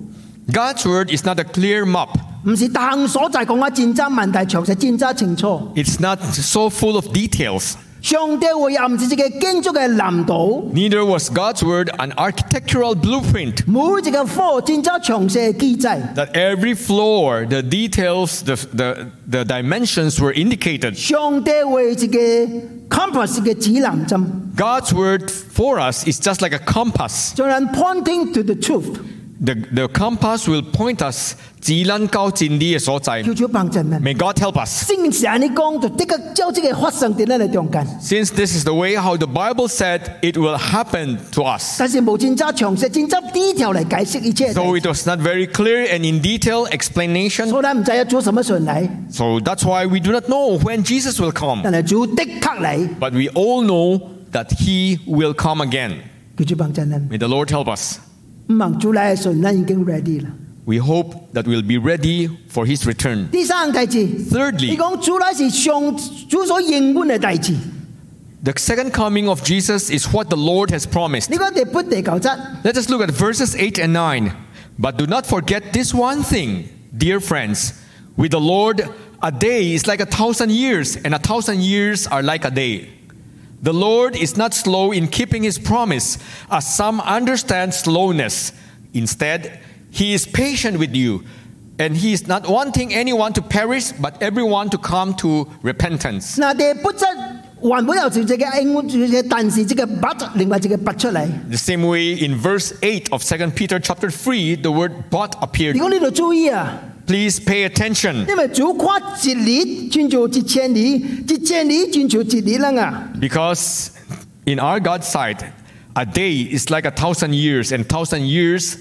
B: God's word is not a clear map.
A: 唔是大行所在講啊，戰爭問題詳細戰爭清楚。
B: It's not so full of details.
A: 上帝會也唔是一個建築嘅藍圖，
B: Neither was God's word an architectural blueprint
A: 每一個科戰爭詳細嘅記載。
B: that every floor, the details, the, the, the dimensions were indicated.
A: 上帝會一個 compass 嘅指南針，
B: God's word for us is just like a compass.
A: 將人 pointing to the truth。
B: The, the compass will point us. 指南到真理的所在。
A: 求主幫助們。
B: May God help us.
A: 聖經安尼講，就的確照這個發生在咱嘅中間。
B: Since this is the way how the Bible said it will happen to us.
A: 但是無真爭詳細、真爭 d 條嚟解釋一切。
B: So
A: 所
B: it was not very clear and in detail explanation.
A: 以咱唔知要做什麼順嚟，
B: So that's why we do not know when Jesus will come.
A: 但係主的確嚟，
B: But we all know that he will come again.
A: 求主幫助咱。
B: May the Lord help us.
A: 唔忙主嚟嘅時候，咱已經 ready 啦。
B: We hope that we'll be ready for his return.
A: 第三件代志。你
B: Thirdly,
A: 講主乃是上主所應允嘅代志，
B: the second coming of Jesus is what the Lord has promised.
A: 你講第八第九節，
B: Let us look at verses 8 and 9. But do not forget this one thing, dear friends. With the Lord, a day is like a thousand years, and a thousand years are like a day. The Lord is not slow in keeping his promise, as some understand slowness. Instead, he is patient with you, and he is not wanting anyone to perish, but everyone to come to repentance.
A: 嗱第八節原本有條只嘅英文嘅，但是這個 but 另外一個 but 出嚟。
B: The same way in verse 8 of 2 Peter chapter 3, the word but appeared.
A: 如果你度注意啊，
B: Please pay attention.
A: 因為主跨一年轉做一千年，一千年轉做一年啦啊！
B: Because in our God's sight, a day is like a thousand years, and thousand years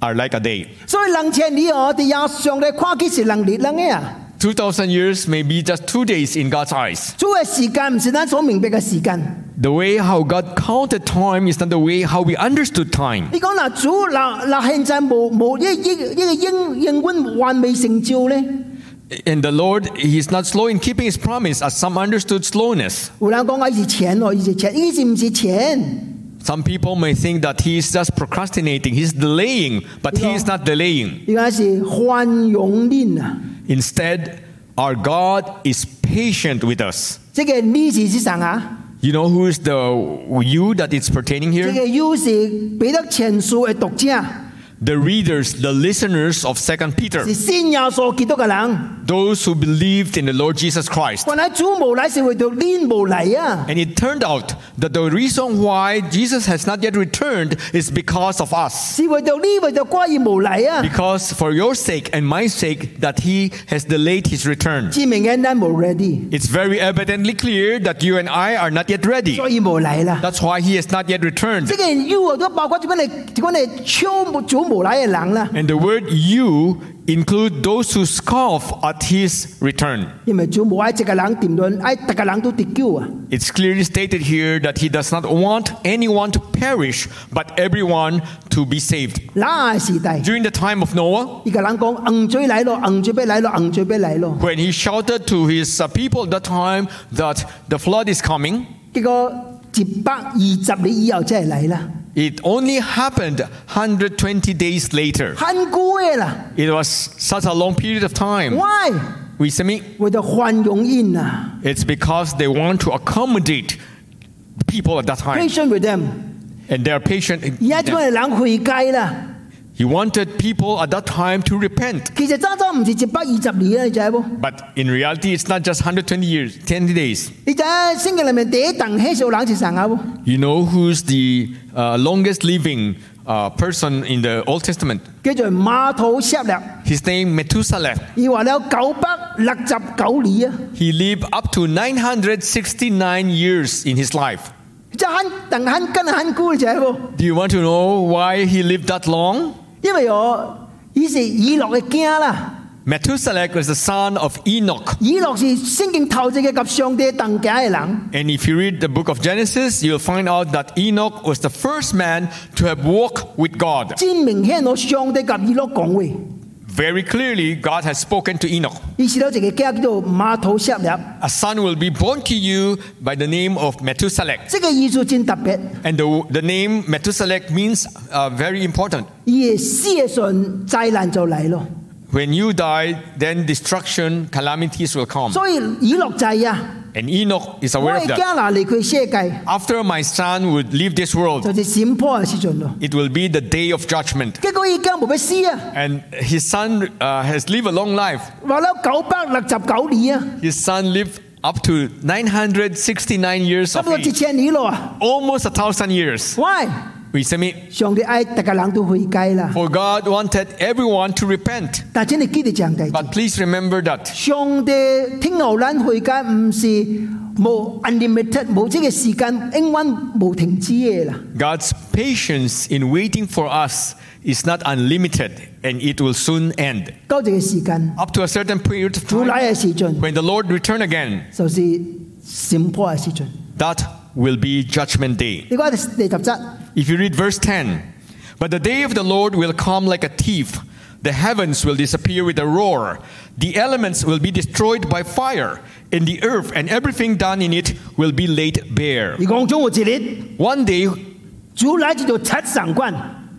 B: are like a day.
A: 所以兩千年我哋也上帝跨幾是能力人嘅啊！
B: Two thousand years may be just two days in God's eyes.
A: 主嘅時間唔是咱所明白嘅時間。
B: The way how God counted time is not the way how we understood time.
A: 你講嗱主嗱嗱現在冇冇一一一個英英文還未成就咧，
B: And the Lord, He is not slow in keeping His promise, as some understood slowness.
A: 有人講我是錢哦，伊是錢，伊是唔是錢？
B: Some people may think that He is just procrastinating, He's delaying, but He is not delaying.
A: 而家是宽容恁啊！
B: Instead, our God is patient with us.
A: 这个你是是啥啊？
B: You know who is the you that it's pertaining
A: 这
B: here?
A: 个 U 是彼得前书嘅讀者，
B: The readers, the listeners of 2 Peter,
A: 是信耶穌基督嘅人。
B: those who believed in the Lord Jesus Christ.
A: 原來主無來是為着恁無來啊！
B: And it turned out that the reason why Jesus has not yet returned is because of us.
A: 是為着你為着我伊無來啊！
B: Because for your sake and my sake that he has delayed his return.
A: 知明顯咱無 ready，
B: It's very evidently clear that you and I are not yet ready.
A: 所以無來啦。
B: That's why he has not yet returned.
A: 這個 U 啊都包括即款嚟，即款嚟超主無來嘅人啦。
B: And the word you include those who scoff at his return.
A: 因為主無愛一個人定論，愛逐個人都得救啊！
B: It's clearly stated here that he does not want anyone to perish, but everyone to be saved.
A: 那時代，
B: During the time of Noah,
A: 伊個人講硬水來咯，硬水要來咯，硬水要來咯。
B: when he shouted to his uh, people at that time that the flood is coming,
A: 結果一百二十年以後真係嚟啦，
B: it only happened 120 days later.
A: 很久嘅啦。
B: It was such a long period of time.
A: Why？
B: 为什么？
A: 为着宽容因啊
B: It's because they want to accommodate people at that time,
A: ，patient with them。
B: and they are patient.
A: 而家做嘅人悔改啦。
B: He wanted people at that time to repent.
A: 其實爭爭唔係一百二十年啊啦，你知冇？
B: But in reality, it's not just 120 years, 10 days.
A: 你知啊聖經裏面第一等黑手人是神啊？
B: You know who's the uh, longest living uh, person in the Old Testament?
A: 叫做馬土舍勒，
B: His name Methuselah.
A: 佢話了九百六十九年啊！
B: He lived up to 969 years in his life.
A: 即係很等很跟很久，你知冇？
B: Do you want to know why he lived that long?
A: 因為我佢是以諾嘅囝啦，
B: Methuselah was the son of Enoch.
A: 以諾是聖經頭一個及上帝同家嘅人，
B: And if you read the book of Genesis, you'll find out that Enoch was the first man to have walked with God.
A: 真明顯我上帝及以諾講話，
B: Very clearly, God has spoken to Enoch.
A: 佢是了一個囝叫做馬土舍勒，
B: A son will be born to you by the name of Methuselah.
A: 這個意思真特別。
B: And the, the name Methuselah means uh, very important.
A: 伊死嘅時陣災難就嚟咯，
B: When you die, then destruction, calamities will come.
A: 所以以諾就係啊。
B: And Enoch is
A: 我嘅
B: aware of that.
A: 家拿離佢世界，
B: After my son would leave this
A: 就
B: world,
A: 是審判嘅時陣咯。
B: it will be the day of judgment.
A: 結果佢家冇乜死啊，
B: And his son uh, has lived a long life.
A: 話咗九百六十九年啊，
B: His son lived up to 969 years
A: 差唔
B: of
A: 多一
B: age,
A: 千年咯啊。
B: almost a thousand years.
A: Why？
B: We submit.
A: 上帝愛大家人都悔改啦，
B: For God wanted everyone to repent.
A: 但真係記得上帝。
B: But please remember that
A: 上帝聽候咱悔改唔是冇 unlimited 冇即個時間，永遠冇停止嘅啦。
B: God's patience in waiting for us is not unlimited and it will soon end.
A: 到一個時間，
B: Up to a certain period of
A: 主
B: time,
A: 來嘅時陣
B: when the Lord return again,
A: 就是審判嘅時陣。
B: that will be judgment day.
A: 你講第十節。
B: If you read verse 10, but the day of the Lord will come like a thief. The heavens will disappear with a roar. The elements will be destroyed by fire, and the earth and everything done in it will be laid bare.
A: 而講中有一日，
B: One day,
A: 主來就七神君，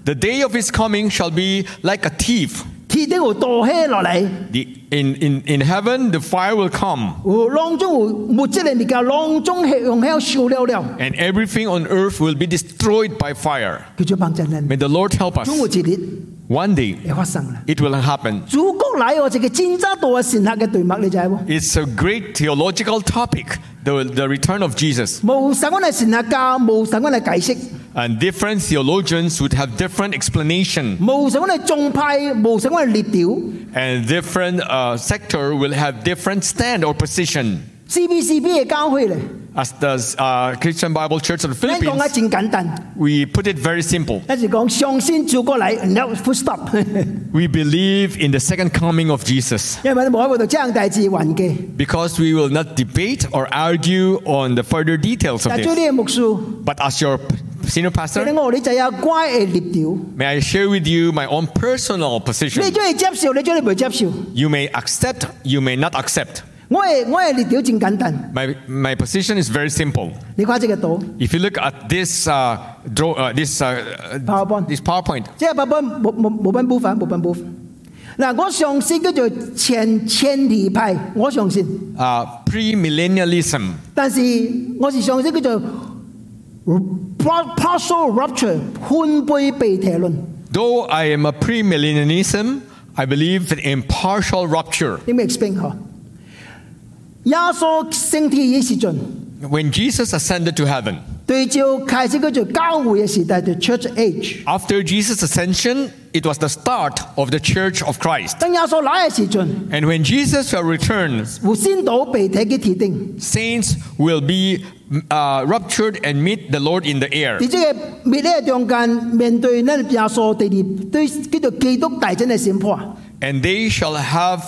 B: the day of his coming shall be like a thief.
A: 天頂有倒起落嚟。
B: The, in, in, in heaven, the fire will come,
A: 有浪中有物質嘅物件，浪中係用喺燒了了，
B: and everything on earth will be destroyed by fire.
A: 叫做幫助人。
B: May the Lord help
A: 中有
B: us.
A: 一日
B: One day,
A: 會發生啦。
B: it will happen.
A: 祖國嚟我一個真正大嘅神學嘅題目，你知無？
B: It's a great theological topic the, the return of Jesus.
A: 無神阮嘅神學家，無神阮嘅解釋，
B: And different theologians would have different explanation,
A: 無神阮嘅宗派，無神阮嘅立場。
B: and different uh, sector will have different stand or position.
A: CBCB 嘅教會咧，
B: As the uh, Christian Bible Church of the
A: 咱講得
B: Philippines,
A: 真簡單，
B: we put it very simple.
A: 咱是講相信祖國嚟，no full stop。
B: We believe in the second coming of Jesus
A: 因為冇喺嗰度將代志還嘅，
B: because we will not debate or argue on the further details of
A: 但做
B: this.
A: 呢個牧師，
B: But as your
A: 你
B: senior pastor,
A: 我你就有乖嘅立場，
B: may I share with you my own personal
A: 你
B: position.
A: 將佢接受，你將佢唔接受。
B: You may accept, you may not accept.
A: 我嘅我嘅列表真簡單，
B: My, my position is very simple.
A: 你看這個圖，
B: If you look at this uh, draw, uh, this uh, uh,
A: PowerPoint
B: this PowerPoint,
A: 即係八本冇冇冇分部分，冇分部分。嗱，我相信叫做前前提派，我相信，
B: uh, premillennialism,
A: 但是我是相信叫做呃 partial rupture 半杯被提論。
B: though I am a premillennialism, I believe in partial rupture.
A: 你咪 explain 嗬？耶穌升天嘅時陣，
B: When Jesus ascended to heaven,
A: 對照開始叫做教會嘅時代，就 Church Age。
B: after Jesus' ascension, it was the start of the Church of Christ.
A: 當耶穌來嘅時陣，
B: And when Jesus will return,
A: 有先到被提嘅鐵定，
B: saints will be uh, ruptured and meet the Lord in the air.
A: 而即係滅咧中間面對呢耶穌第二對叫做基督大真嘅審判，
B: And they shall have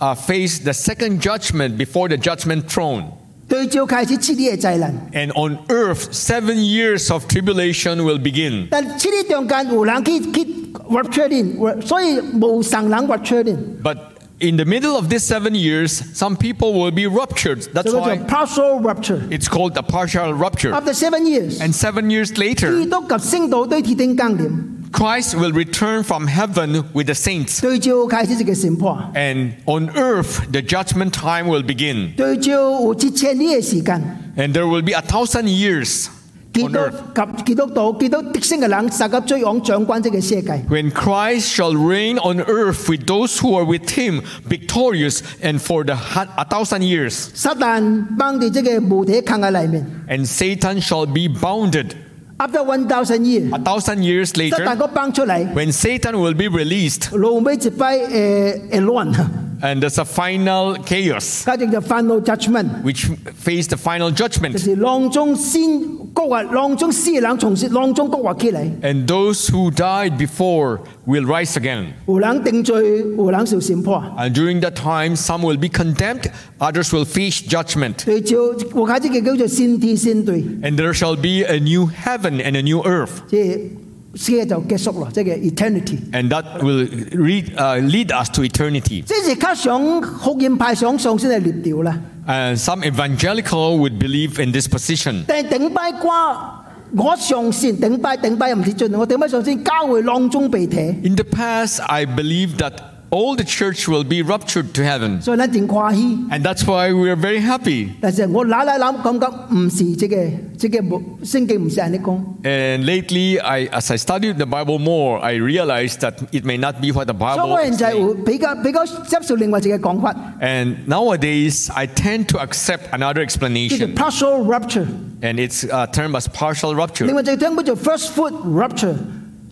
B: uh, faced the second judgment before the judgment throne.
A: 對照開始七年嘅災難。
B: And on earth, seven years of tribulation will begin.
A: 但七年中間有人去去 rupture 人，所以無神人 rupture 人，
B: But in the middle of these seven years, some people will be ruptured.
A: 就
B: That's
A: 叫做
B: why
A: partial rupture。
B: it's called a partial rupture.
A: After seven years，
B: And seven years
A: 基
B: later,
A: 督及聖道對鐵定降臨，
B: Christ will return from heaven with the saints,
A: 对照开始一个审判，
B: and on earth the judgment time will begin,
A: 对照有一千年嘅時間。
B: and there will be a thousand years
A: 基督
B: on earth
A: 及基督徒、基督得勝嘅人，殺及最昂掌管這個世界。
B: when Christ shall reign on earth with those who are with him, victorious, and for the hu- a thousand years,
A: 撒旦綁在這個無底坑嘅裏面。
B: and Satan shall be bounded
A: After one thousand year，
B: a thousand years
A: 撒旦
B: later.
A: 個綁出嚟，
B: When Satan will be released,
A: 路尾一擺誒誒亂，
B: and there's a final chaos
A: 加上就 final judgment，
B: which face the final
A: 就
B: judgment,
A: 是浪中先國啊，浪中私人從事浪中國話起嚟，
B: and those who died before will rise again.
A: 有人定罪，有人受審判。
B: And during that time, some will be condemned, others will face judgment,
A: 對照我睇呢個叫做先知先對，
B: and there shall be a new heaven and a new earth.
A: 即係死就結束啦，即係 eternity。
B: And that will re- uh, lead us to eternity.
A: 即係較想福音派想上先係列掉啦，
B: And some evangelical would believe in this position.
A: 但係頂拜瓜，我上先頂拜頂拜又唔是盡，我頂拜上先交回浪中被提。
B: In the past, I believed that all the church will be raptured to heaven,
A: 所以咱真歡喜。
B: and that's why we are very happy.
A: 但是我嗱嗱諗感覺唔是即個即個冇聖經唔是咁講，
B: And lately, I, as I studied the Bible more, I realized that it may not be what the
A: 所以
B: Bible
A: 我現
B: is
A: 在
B: saying.
A: 會比較比較接受另外一個講法，
B: And nowadays, I tend to accept another
A: 叫做
B: explanation,
A: partial rupture。
B: and it's uh, termed as partial
A: 另
B: rupture.
A: 外一個聽叫做 first fruit rupture，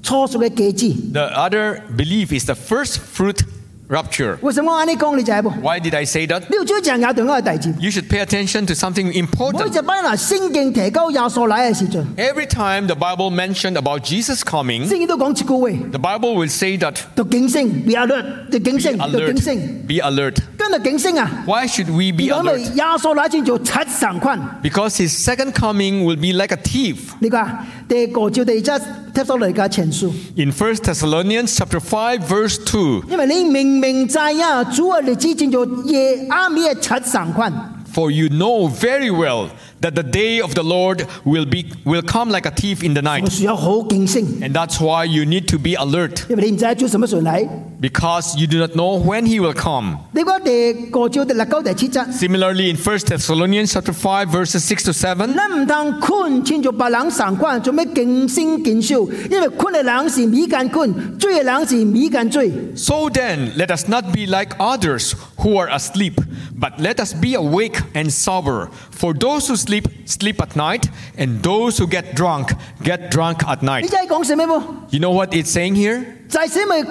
A: 初熟嘅果子。
B: The other belief is the first fruit rupture.
A: 為什麼我呢講你就係噃？
B: Why did I say that?
A: 你要追正有同一個弟子，
B: You should pay attention to something
A: 每
B: important.
A: 一班人聖經提高廿數乃嘅時陣，
B: Every time the Bible mentioned about Jesus coming,
A: 聖經都講一句話，
B: the Bible will say that
A: 讀警醒，be alert，讀警醒，讀警
B: alert,
A: 醒，
B: be alert.
A: 跟住警醒啊！
B: Why should we be
A: 如果咪
B: alert?
A: 廿數乃先做七神坤。
B: Because his second coming will be like a thief.
A: 呢個啊第個照第一帖所嚟嘅前書，
B: In 1 Thessalonians chapter 5 verse 2,
A: 因為你明明知啊，主啊，你只見咗夜啱嘅七神坤，
B: for you know very well that the day of the Lord will be will come like a thief in the
A: 我
B: night.
A: 需要好警醒，
B: And that's why you need to be alert
A: 因為你唔知主什麼時候嚟。
B: because you do not know when he will come.
A: 你講第個照第六九第七節，
B: Similarly in 1 Thessalonians chapter 5 verses 6 to 7,
A: 你唔通困穿咗白冷神坤，做咩警醒警消？因為困嘅人是米間困，追嘅人是米間追。
B: so then let us not be like others who are asleep, but let us be awake and sober. For those who sleep sleep at night, and those who get drunk get drunk at
A: 你
B: night.
A: 真係講什麼噃？
B: You know what it's saying here?
A: 就係死咪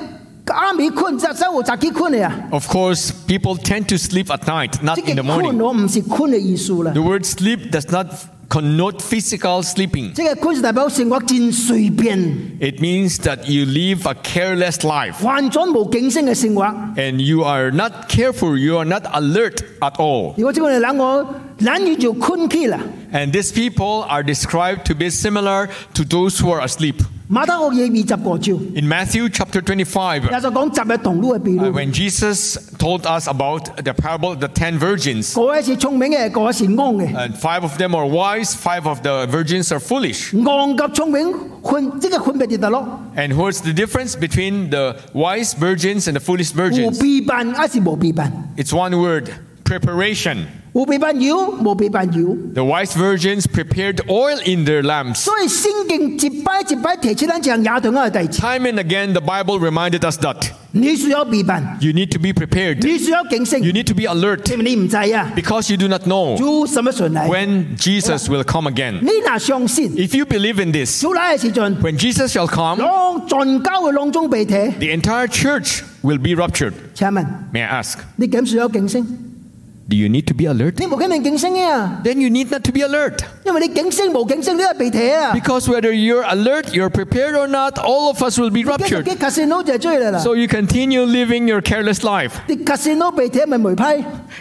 A: 啱咪困，就生活自己困嚟啊！
B: Of course, people tend to sleep at night, not
A: 即
B: 啊 in
A: 係
B: the
A: 困
B: morning.
A: 我唔是困嘅意思啦。
B: The word sleep does not connote physical sleeping.
A: 即係困是代表生活真隨便。
B: It means that you live a careless life
A: 患咗無警星嘅生活。
B: and you are not careful, you are not alert at all.
A: 如果即個人諗我懶要做困機啦，
B: And these people are described to be similar to those who are asleep.
A: 馬太學嘢二十個招，
B: In Matthew chapter 25,
A: 也就講十日同路嘅秘
B: uh,
A: 魯。
B: when Jesus told us about the parable of the ten virgins,
A: 嗰一是聰明嘅，嗰一是戇嘅。
B: and five of them are wise, five of the virgins are foolish.
A: 戇及聰明分即係分別啲得咯，
B: And what's the difference between the wise virgins and the foolish
A: 有
B: virgins?
A: 備辦還是無備辦？
B: It's one word preparation.
A: 有備辦有，無備辦有。
B: The wise virgins prepared oil in their lamps.
A: 所以聖經一擺一擺提出咱像亞同嘅弟子，
B: Time and again, the Bible reminded us that
A: 你需要備辦，
B: you need to be prepared,
A: 你需要警醒，
B: you need to be alert
A: 因為你唔知啊，
B: because you do not know
A: 主什麼時候嚟？
B: when Jesus will come again.
A: 你若相信，
B: If you believe in this,
A: 主嚟嘅時陣，
B: when Jesus shall come,
A: 當盡交嘅浪中被提，
B: the entire church will be ruptured.
A: 請問
B: May I ask,
A: 你咁需要警醒？
B: do you need to be alert?
A: 你無肯定警醒啊，
B: Then you need not to be alert
A: 因為你警醒無警醒你都係被踢啊。
B: because whether you're alert, you're prepared or not, all of us will be
A: 繼續
B: ruptured.
A: 嘅 casino 就係追你啦。
B: So you continue living your careless life.
A: 啲 casino 被踢咪梅批，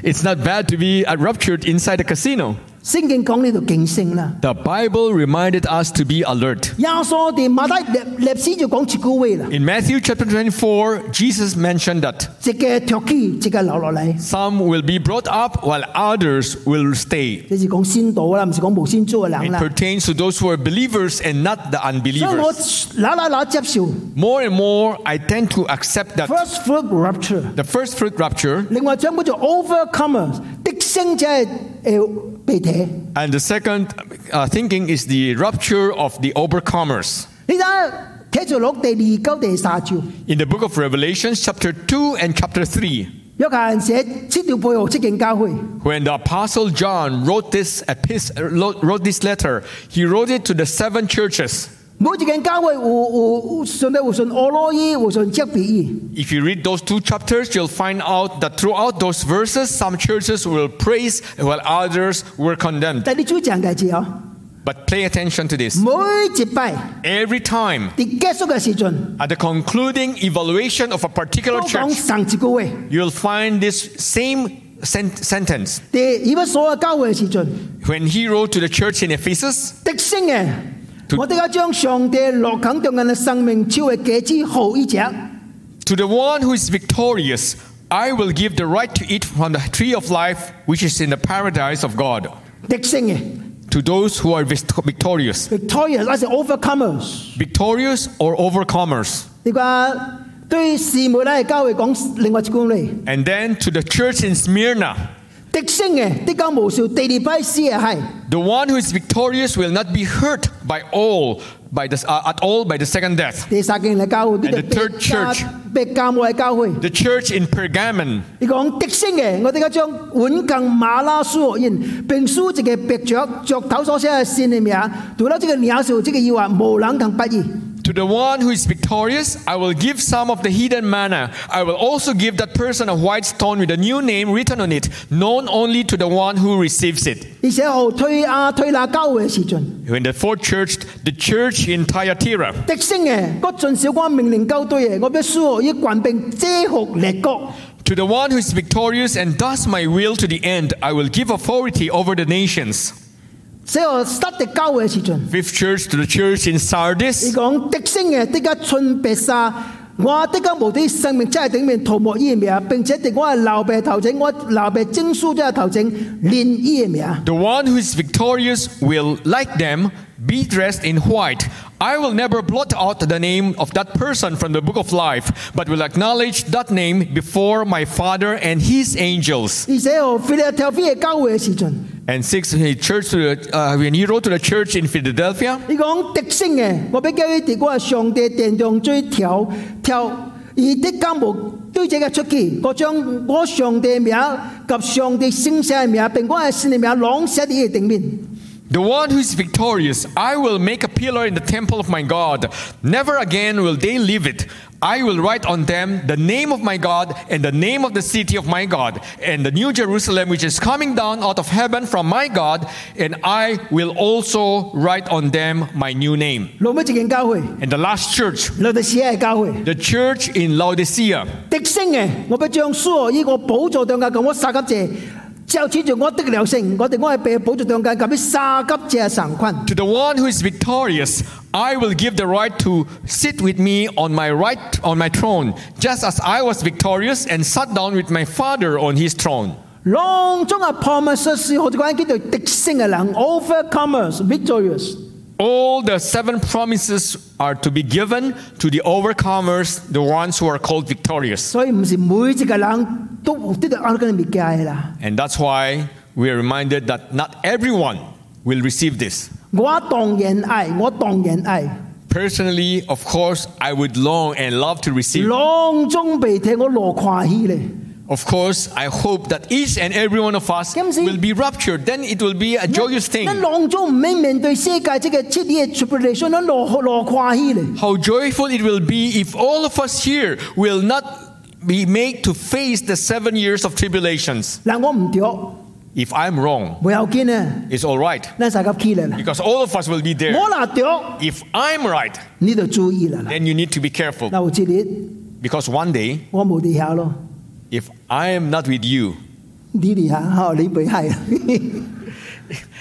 B: It's not bad to be uh, ruptured inside a casino.
A: 聖經講呢度警醒啦。
B: The Bible reminded us to be alert.
A: 耶穌哋馬太歷歷史就講一句話啦，
B: In Matthew chapter 24, Jesus mentioned that
A: 一個托起，一個留落嚟，
B: some will be brought up while others will stay.
A: 你是講先道啦，唔是講無先做嘅人
B: It
A: 啦。
B: pertains to those who are believers and not the
A: 所以我
B: unbelievers.
A: 嗱嗱嗱接受
B: More and more, I tend to accept that
A: first fruit rapture，
B: the first fruit rapture
A: 另外將嗰做 overcomer 的勝者誒被提。你
B: and the second uh, thinking is the rapture of the overcomers.
A: 睇下睇住落第二九第三章，
B: In the book of Revelations, chapter 2 and chapter 3,
A: 約翰寫七條配合七件教會。
B: when the Apostle John wrote this, epis- uh, wrote this letter, he wrote it to the seven churches.
A: 每一間教會有有有信咧，有信俄羅伊，有信捷比伊。
B: If you read those two chapters, you'll find out that throughout those verses, some churches will praise while others were condemned.
A: 但你注意講解字哦，
B: But pay attention to this.
A: 每一拜
B: Every time,
A: 啲結束嘅時陣，
B: at the concluding evaluation of a
A: 都
B: particular
A: 講
B: church,
A: 上一句話。
B: you'll find this same sen- sentence.
A: 第而家所有教會嘅時陣，
B: When he wrote to the church in Ephesus,
A: 的聲嘅，
B: To-
A: 我哋要將上帝落緊對人嘅生命超嘅幾枝好衣者。
B: to the one who is victorious, I will give the right to eat from the tree of life, which is in the paradise of God.
A: 的聲嘅
B: To those who are vict- victorious,
A: ，victorious as overcomers。
B: victorious or overcomers.
A: 你話對事務咧教會講另外一句咧，
B: And then to the church in Smyrna,
A: 的聲嘅，的教無數，第二拜師嘅係。
B: the one who is victorious will not be hurt by all, by the, uh, at all by the second death.
A: 第三間嚟教會，呢
B: And the third
A: 被加
B: church.
A: 被加我嘅教會。
B: The church in Pergamon,
A: 你講的聲嘅，我哋而家將穩更馬拉蘇學院並書籍嘅白雀雀頭所寫嘅線嘅名，除咗呢個鳥數，即個以外無能更不義。
B: to the one who is victorious, I will give some of the hidden manna. I will also give that person a white stone with a new name written on it, known only to the one who receives it.
A: 而且後推亞推那教會嘅時陣。
B: In the fourth church, the church in Thyatira,
A: 的聲嘅，嗰陣小關命令鳩堆嘅，我必須學以棍並遮服列國。
B: to the one who is victorious and does my will to the end, I will give authority over the nations.
A: 所以我得敵交嘅時陣，
B: Fifth church to the church in
A: 你
B: Sardis.
A: 講的聲嘅，的家寸白沙，我的家無啲生命真係頂面塗抹伊嘅名，並且敵我係流鼻頭整，我流鼻精書真係頭整，連伊嘅名。
B: The one who is victorious will, like them, be dressed in white. I will never blot out the name of that person from the book of life, but will acknowledge that name before my Father and his angels.
A: 而且我腓力跳飛嘅交嘅時陣，
B: And sixth, he church to the, uh, when he wrote to the church in Philadelphia,
A: 你講的聲嘅，我俾叫佢敵我係上帝殿中最跳跳，而的家無對這個出奇，我將我上帝名及上帝聖寫嘅名，並我嘅聖嘅名朗寫喺佢頂面。
B: the one who is victorious, I will make a pillar in the temple of my God. Never again will they leave it. I will write on them the name of my God and the name of the city of my God and the new Jerusalem which is coming down out of heaven from my God, and I will also write on them my new name.
A: 老尾一間教會，
B: And the last church,
A: 老弟寫嘅教會，
B: the church in Laodicea.
A: 的聲嘅，我俾將書呢個寶座上嘅咁我殺急謝。就指住我的良性，我哋我係被寶座上嘅咁啲沙急謝神坤。
B: To the one who is victorious, I will give the right to sit with me on my right on my throne, just as I was victorious and sat down with my father on his throne.
A: 浪中嘅 promises 好似講緊叫做的聲嘅人，overcomers victorious。
B: All the seven promises are to be given to the overcomers, the ones who are called victorious.
A: 所以唔是每一個人都有得到安咁嘅物件嘅啦。
B: And that's why we are reminded that not everyone will receive this.
A: 我當然愛，我當然愛。
B: Personally, of course, I would long and love to receive.
A: 浪中被踢，我羅誇喜咧。
B: Of course, I hope that each and every one of us
A: Kim Si.
B: will be raptured. Then it will be a joyous
A: 咱
B: thing.
A: 浪中唔免面對世界即個徹底嘅 tribulation，咱羅羅誇喜咧。
B: How joyful it will be if all of us here will not be made to face the seven years of tribulations.
A: 嗱，我唔掉，
B: If I'm wrong,
A: 唔要緊啊，
B: it's all right
A: 咱大家起嚟啦。
B: because all of us will be
A: 啊我
B: there.
A: 嗱掉，
B: If I'm right,
A: 你就注意啦啦。
B: then you need to be careful
A: 嗱，有一日
B: because one day,
A: 我冇地下咯，
B: if I am not with you,
A: 你地下嚇你唔係。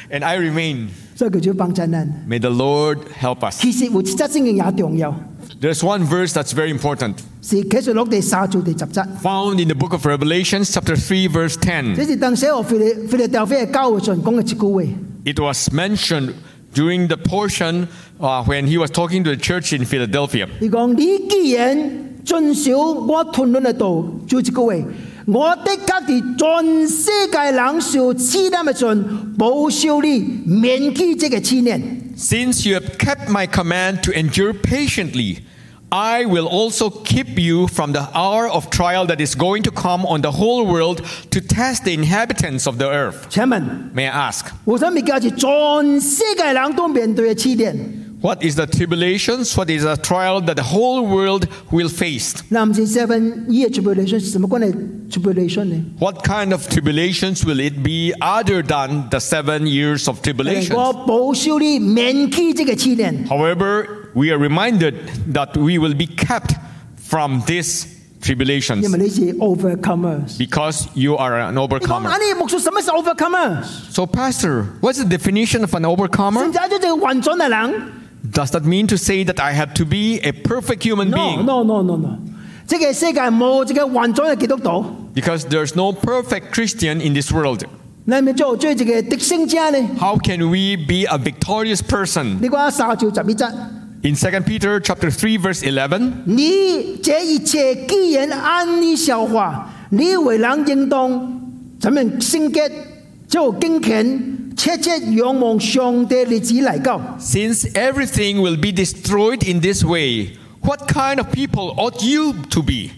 B: and I remain.
A: 啊 所以佢就要幫襯人。
B: May the Lord help us.
A: 其實活節則聖經也重要，
B: There's one verse that's very important,
A: 是啟示錄第三章第十節。
B: found in the book of Revelation, chapter 3, verse 10.
A: 這是鄧寫和菲利菲利道飛嘅教會上講嘅一句話。
B: It was mentioned during the portion uh, when he was talking to the church in Philadelphia.
A: 佢講：你既然遵守我吞論嘅道，就一句話，我的確是全世界人受試探嘅盡，保守你免去這個試煉。
B: Since you have kept my command to endure patiently, I will also keep you from the hour of trial that is going to come on the whole world to test the inhabitants of the earth.
A: 請問，
B: May I ask,
A: 我想咪叫是全世界人都面對嘅試煉？
B: what is the tribulations? What is the trial that the whole world will face?
A: 那唔是 seven year tribulation 是什麼關係 tribulation 呢？
B: What kind of tribulations will it be other than the seven years of
A: 我
B: tribulations?
A: 保守你免去這個試煉。
B: However, we are reminded that we will be kept from these
A: 因
B: tribulations
A: 為你是 overcomers。
B: because you are an
A: 你講
B: overcomer.
A: 啊，你牧師什麼是 overcomers？
B: So, Pastor, what's the definition of an
A: 點
B: overcomer?
A: 解就係混種嘅人？
B: Does that mean to say that I have to be a perfect human
A: No
B: being?
A: no no no no，即係世界冇一個完整嘅基督徒，
B: Because there's no perfect Christian in this world.
A: 你咪做做一個得勝者呢？
B: How can we be a victorious person?
A: 你講三章十一節，
B: In 2 Peter chapter 3 verse 11,
A: 你這一切既然按你消化，你為人應當怎樣性格就敬虔，切切仰望上帝日子嚟到。
B: since everything will be destroyed in this way, what kind of people ought you to be?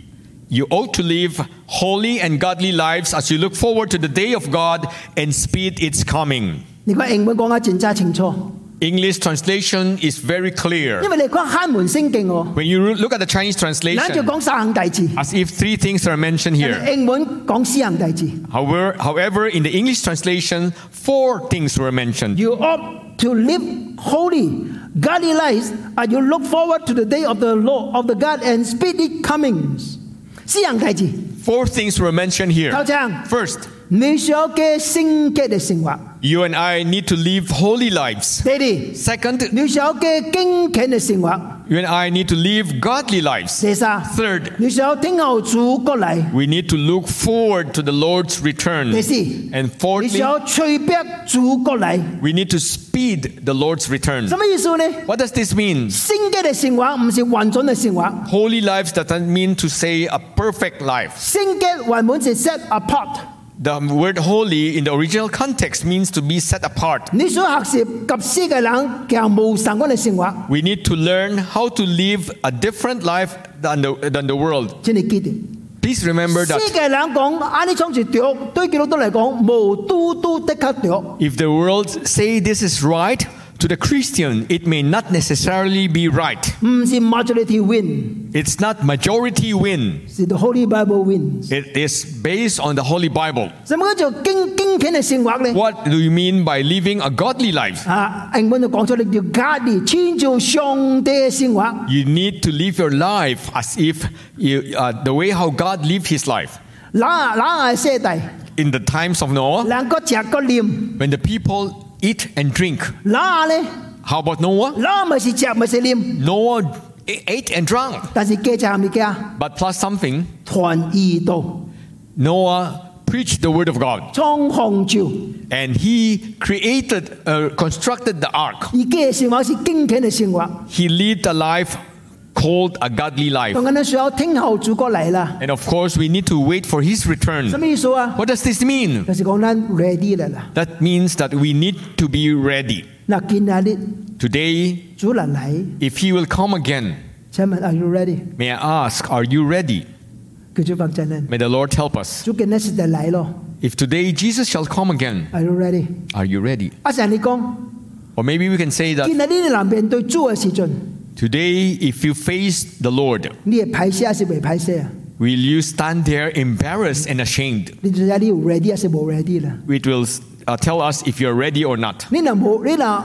B: You ought to live holy and godly lives as you look forward to the day of God and speed its coming.
A: 你講英文講得真真清楚，
B: English translation is very clear.
A: 因為你講漢文聖經哦，
B: When you look at the Chinese
A: 咱就
B: translation,
A: 講三行大字，
B: as if three things are mentioned here.
A: 英文講四行大字。
B: However, however, in the English translation, four things were mentioned.
A: You ought to live holy, godly lives, and you look forward to the day of the Lord of the God and speedy comings. 四樣大字，
B: Four things were mentioned here.
A: 頭像。
B: First,
A: 你所嘅聖潔嘅生活；
B: you and I need to live holy lives.
A: 第二，
B: Second,
A: 你所嘅敬虔嘅生活；
B: you and I need to live godly lives.
A: 第三，
B: Third,
A: 你所聽候主國嚟；
B: we need to look forward to the Lord's return.
A: 第四，
B: And
A: 你
B: fourthly,
A: 所催逼主國嚟。
B: we need to speed the Lord's return.
A: 什麼意思呢？
B: What does this mean?
A: 聖潔嘅生活唔是混準嘅生活，
B: Holy lives doesn't mean to say a perfect life.
A: 聖潔原本是 set apart。
B: The word holy in the original context means to be set apart.
A: 你所學習及施嘅人，其實無神嗰嘅生活，
B: We need to learn how to live a different life than the, than the world.
A: 請你記住。
B: Please remember
A: 世
B: that
A: 界人講安尼創是對，對基督徒嚟講無都都的確對。
B: if the world say this is right to the Christian, it may not necessarily be right.
A: 唔是 majority win，
B: It's not majority win.
A: 是 the Holy Bible win。
B: It is based on the Holy Bible.
A: 什麼叫做經經虔嘅生活咧？
B: What do you mean by living a godly life?
A: 啊，英文就講出嚟叫 godly，遷就上帝嘅生活。
B: You need to live your life as if you, uh, the way how God lived his life.
A: 哪哪個世代，
B: In the times of Noah,
A: 人個食個念，
B: when the people eat and drink.
A: 哪咧？
B: How about Noah?
A: 哪咪是食咪是念，
B: Noah a- ate and drank,
A: 但是家就唔係家，
B: but plus something,
A: 傳義道，
B: Noah preached the word of God
A: 創紅照。
B: and he created, uh, constructed the ark.
A: 而家嘅生活是經虔嘅生活，
B: He lived a life called a godly life.
A: 同緊啲所有聽候主國嚟啦。
B: And of course, we need to wait for his return.
A: 什麼意思啊？
B: What does this mean?
A: 就是講咱 ready 啦啦。
B: That means that we need to be ready.
A: 嗱，見下啲
B: Today,
A: 主人嚟，
B: if he will come again,
A: 請問 Are you ready？
B: may I ask, are you ready?
A: 佢就放真啦。
B: May the Lord help us.
A: 主見呢時就嚟咯。
B: If today Jesus shall come again,
A: Are you ready？啊
B: are you ready?
A: 阿成你講，
B: Or maybe we can say that
A: 見下呢啲男面對主嘅時陣，
B: Today, if you face the Lord,
A: 你係排泄還是未排泄啊？
B: will you stand there embarrassed and ashamed?
A: 你就睇你 ready 還是冇 ready 啦？
B: It will uh, tell us if you're ready or not.
A: 你嗱冇，你嗱。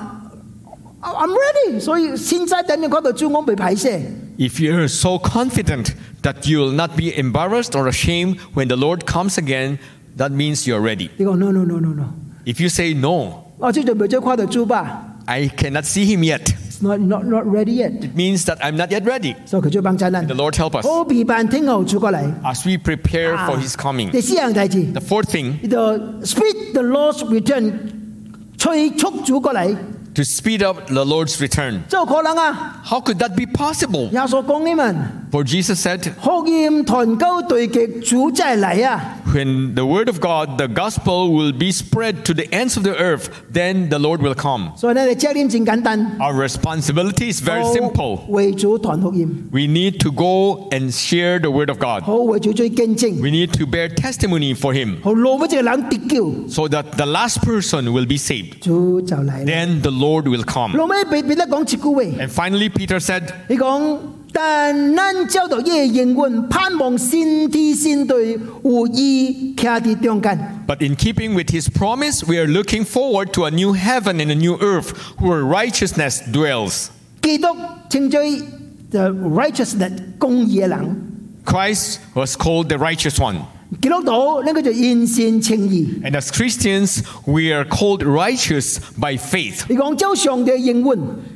A: I'm ready，所以先在等你嗰度主我未排泄。
B: If you're so confident that you will not be embarrassed or ashamed when the Lord comes again, that means you're ready.
A: 你講 no no no no no，
B: If you say no,
A: 我即就未做看到主吧
B: I cannot see him yet.
A: ，it's not not not ready yet，
B: It means that I'm not yet ready.
A: 所以佢做幫襯啦
B: The。Lord help us
A: 好備辦聽候主過嚟。
B: as we prepare
A: Ah.
B: for his coming.
A: 啊第四樣大字，
B: The fourth thing
A: 呢度 speed the Lord's return，催促主過嚟，
B: to speed up the Lord's return.
A: 即係可能啊，
B: How could that be possible?
A: 耶穌講呢文。
B: For Jesus said,
A: 學驗團鳩對極主真係嚟啊！
B: When the word of God, the gospel will be spread to the ends of the earth, then the Lord will come.
A: 所以呢，你知呢點簡單，
B: Our responsibility is very
A: 好
B: simple.
A: 為主團學驗，
B: We need to go and share the word of God.
A: 好為主追見證，
B: We need to bear testimony for him
A: 好老乜只冷跌叫，
B: so that the last person will be saved.
A: 主就嚟啦。
B: Then the Lord will come.
A: 老尾俾彼得講切古喂，
B: And finally, Peter said,
A: 你講但能找到耶應允，盼望先天先對互依徛啲中間。
B: But in keeping with his promise, we are looking forward to a new heaven and a new earth where righteousness dwells.
A: 基督稱最就 righteousness 公義嘅人，
B: Christ was called the righteous one.
A: 基督徒呢個就完善稱義。
B: And as Christians, we are called righteous by faith.
A: 你講周上帝嘅應允，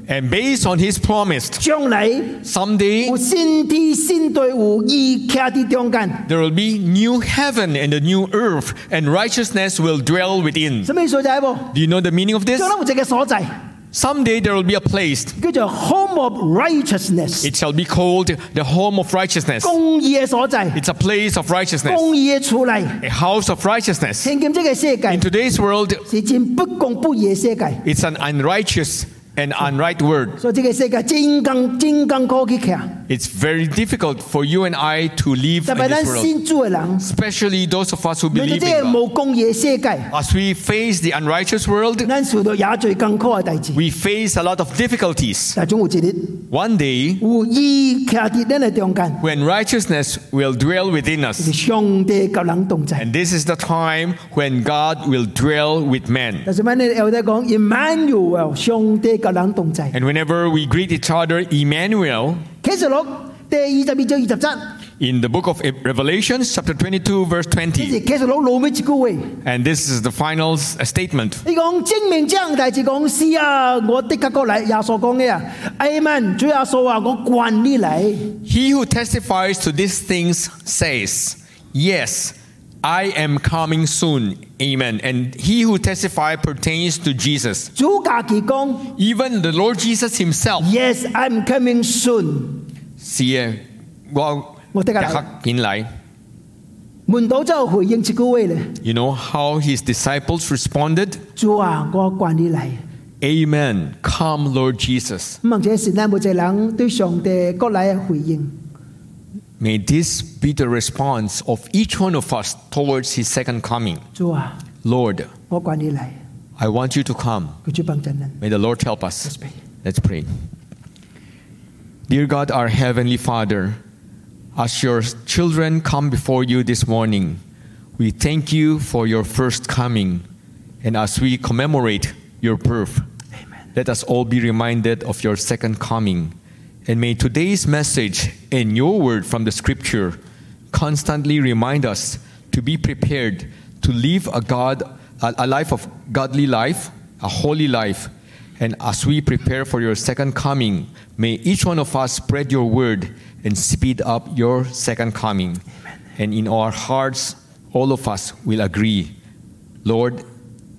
B: And based on his promise,
A: 將嚟。
B: someday
A: 有先天先對有意徛喺中間，
B: there will be new heaven and a new earth, and righteousness will dwell within.
A: 什麼意思就係噃？
B: Do you know the meaning of this?
A: 將咱有一個所在
B: Someday there will be a place.
A: 叫做 Home of Righteousness，
B: It shall be called the home of righteousness.
A: 公義嘅所在，
B: It's a place of righteousness,
A: 公義嘅處理。
B: a house of righteousness.
A: 現今這個世
B: In
A: 界
B: today's world,
A: 是真不公不義嘅世界，
B: it's an unrighteous and unright word.
A: 所以這個世界真更真更可去徛。
B: It's very difficult for you and I to live
A: 特
B: in
A: 別咱
B: this world,
A: 先主嘅人，
B: especially those of us who
A: 面對
B: believe
A: 這
B: in
A: 個
B: God.
A: 冇公義嘅世界，
B: As we face the unrighteous world,
A: 咱受到也最艱苦嘅代志。
B: we face a lot of difficulties.
A: 但總有一日，
B: One day,
A: 有意徛喺咱嘅中間，
B: when righteousness will dwell within
A: 是
B: us,
A: 上帝甲人同在。
B: and this is the time when God will dwell with men.
A: 但是問你有得講 Emmanuel 上帝甲人同在。
B: And whenever we greet each other, Emmanuel,
A: 启示錄第二十二章二十七，
B: in the book of Revelation, chapter 22, verse
A: 呢是
B: 20,
A: 启示錄老尾一句話。
B: and this is the final s- uh, statement.
A: 你講證明這樣大事講是啊，我的確過嚟，耶穌講嘅啊。阿門，主耶穌啊，我慣你嚟。
B: He who testifies to these things says, Yes, I am coming soon. Amen. And he who testifies pertains to Jesus.
A: 主假期講
B: Even the Lord Jesus himself. eh,
A: ，Yes, I'm coming soon。
B: 是我
A: 我得㗎啦門徒就回應這句話咧，
B: You know how his disciples responded?
A: 主啊，我慣你嚟。
B: Amen. Come, Lord Jesus.
A: 咁或者是咱每一個人對上帝國禮嘅回應。
B: May this be the response of each one of us towards his second coming.
A: 主啊，
B: Lord,
A: 我慣你嚟，
B: I want you to come.
A: 佢主幫助人。
B: May the Lord help us.
A: Let's pray.
B: Let's pray. Dear God, our Heavenly Father, as your children come before you this morning, we thank you for your first coming. And as we commemorate your birth,
A: Amen.
B: let us all be reminded of your second coming. And may today's message and your word from the scripture constantly remind us to be prepared to live a God a a life of godly life, a holy life. And as we prepare for your second coming, may each one of us spread your word and speed up your second coming. And in our hearts, all of us will agree, Lord,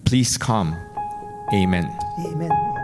B: please come. Amen.
A: Amen.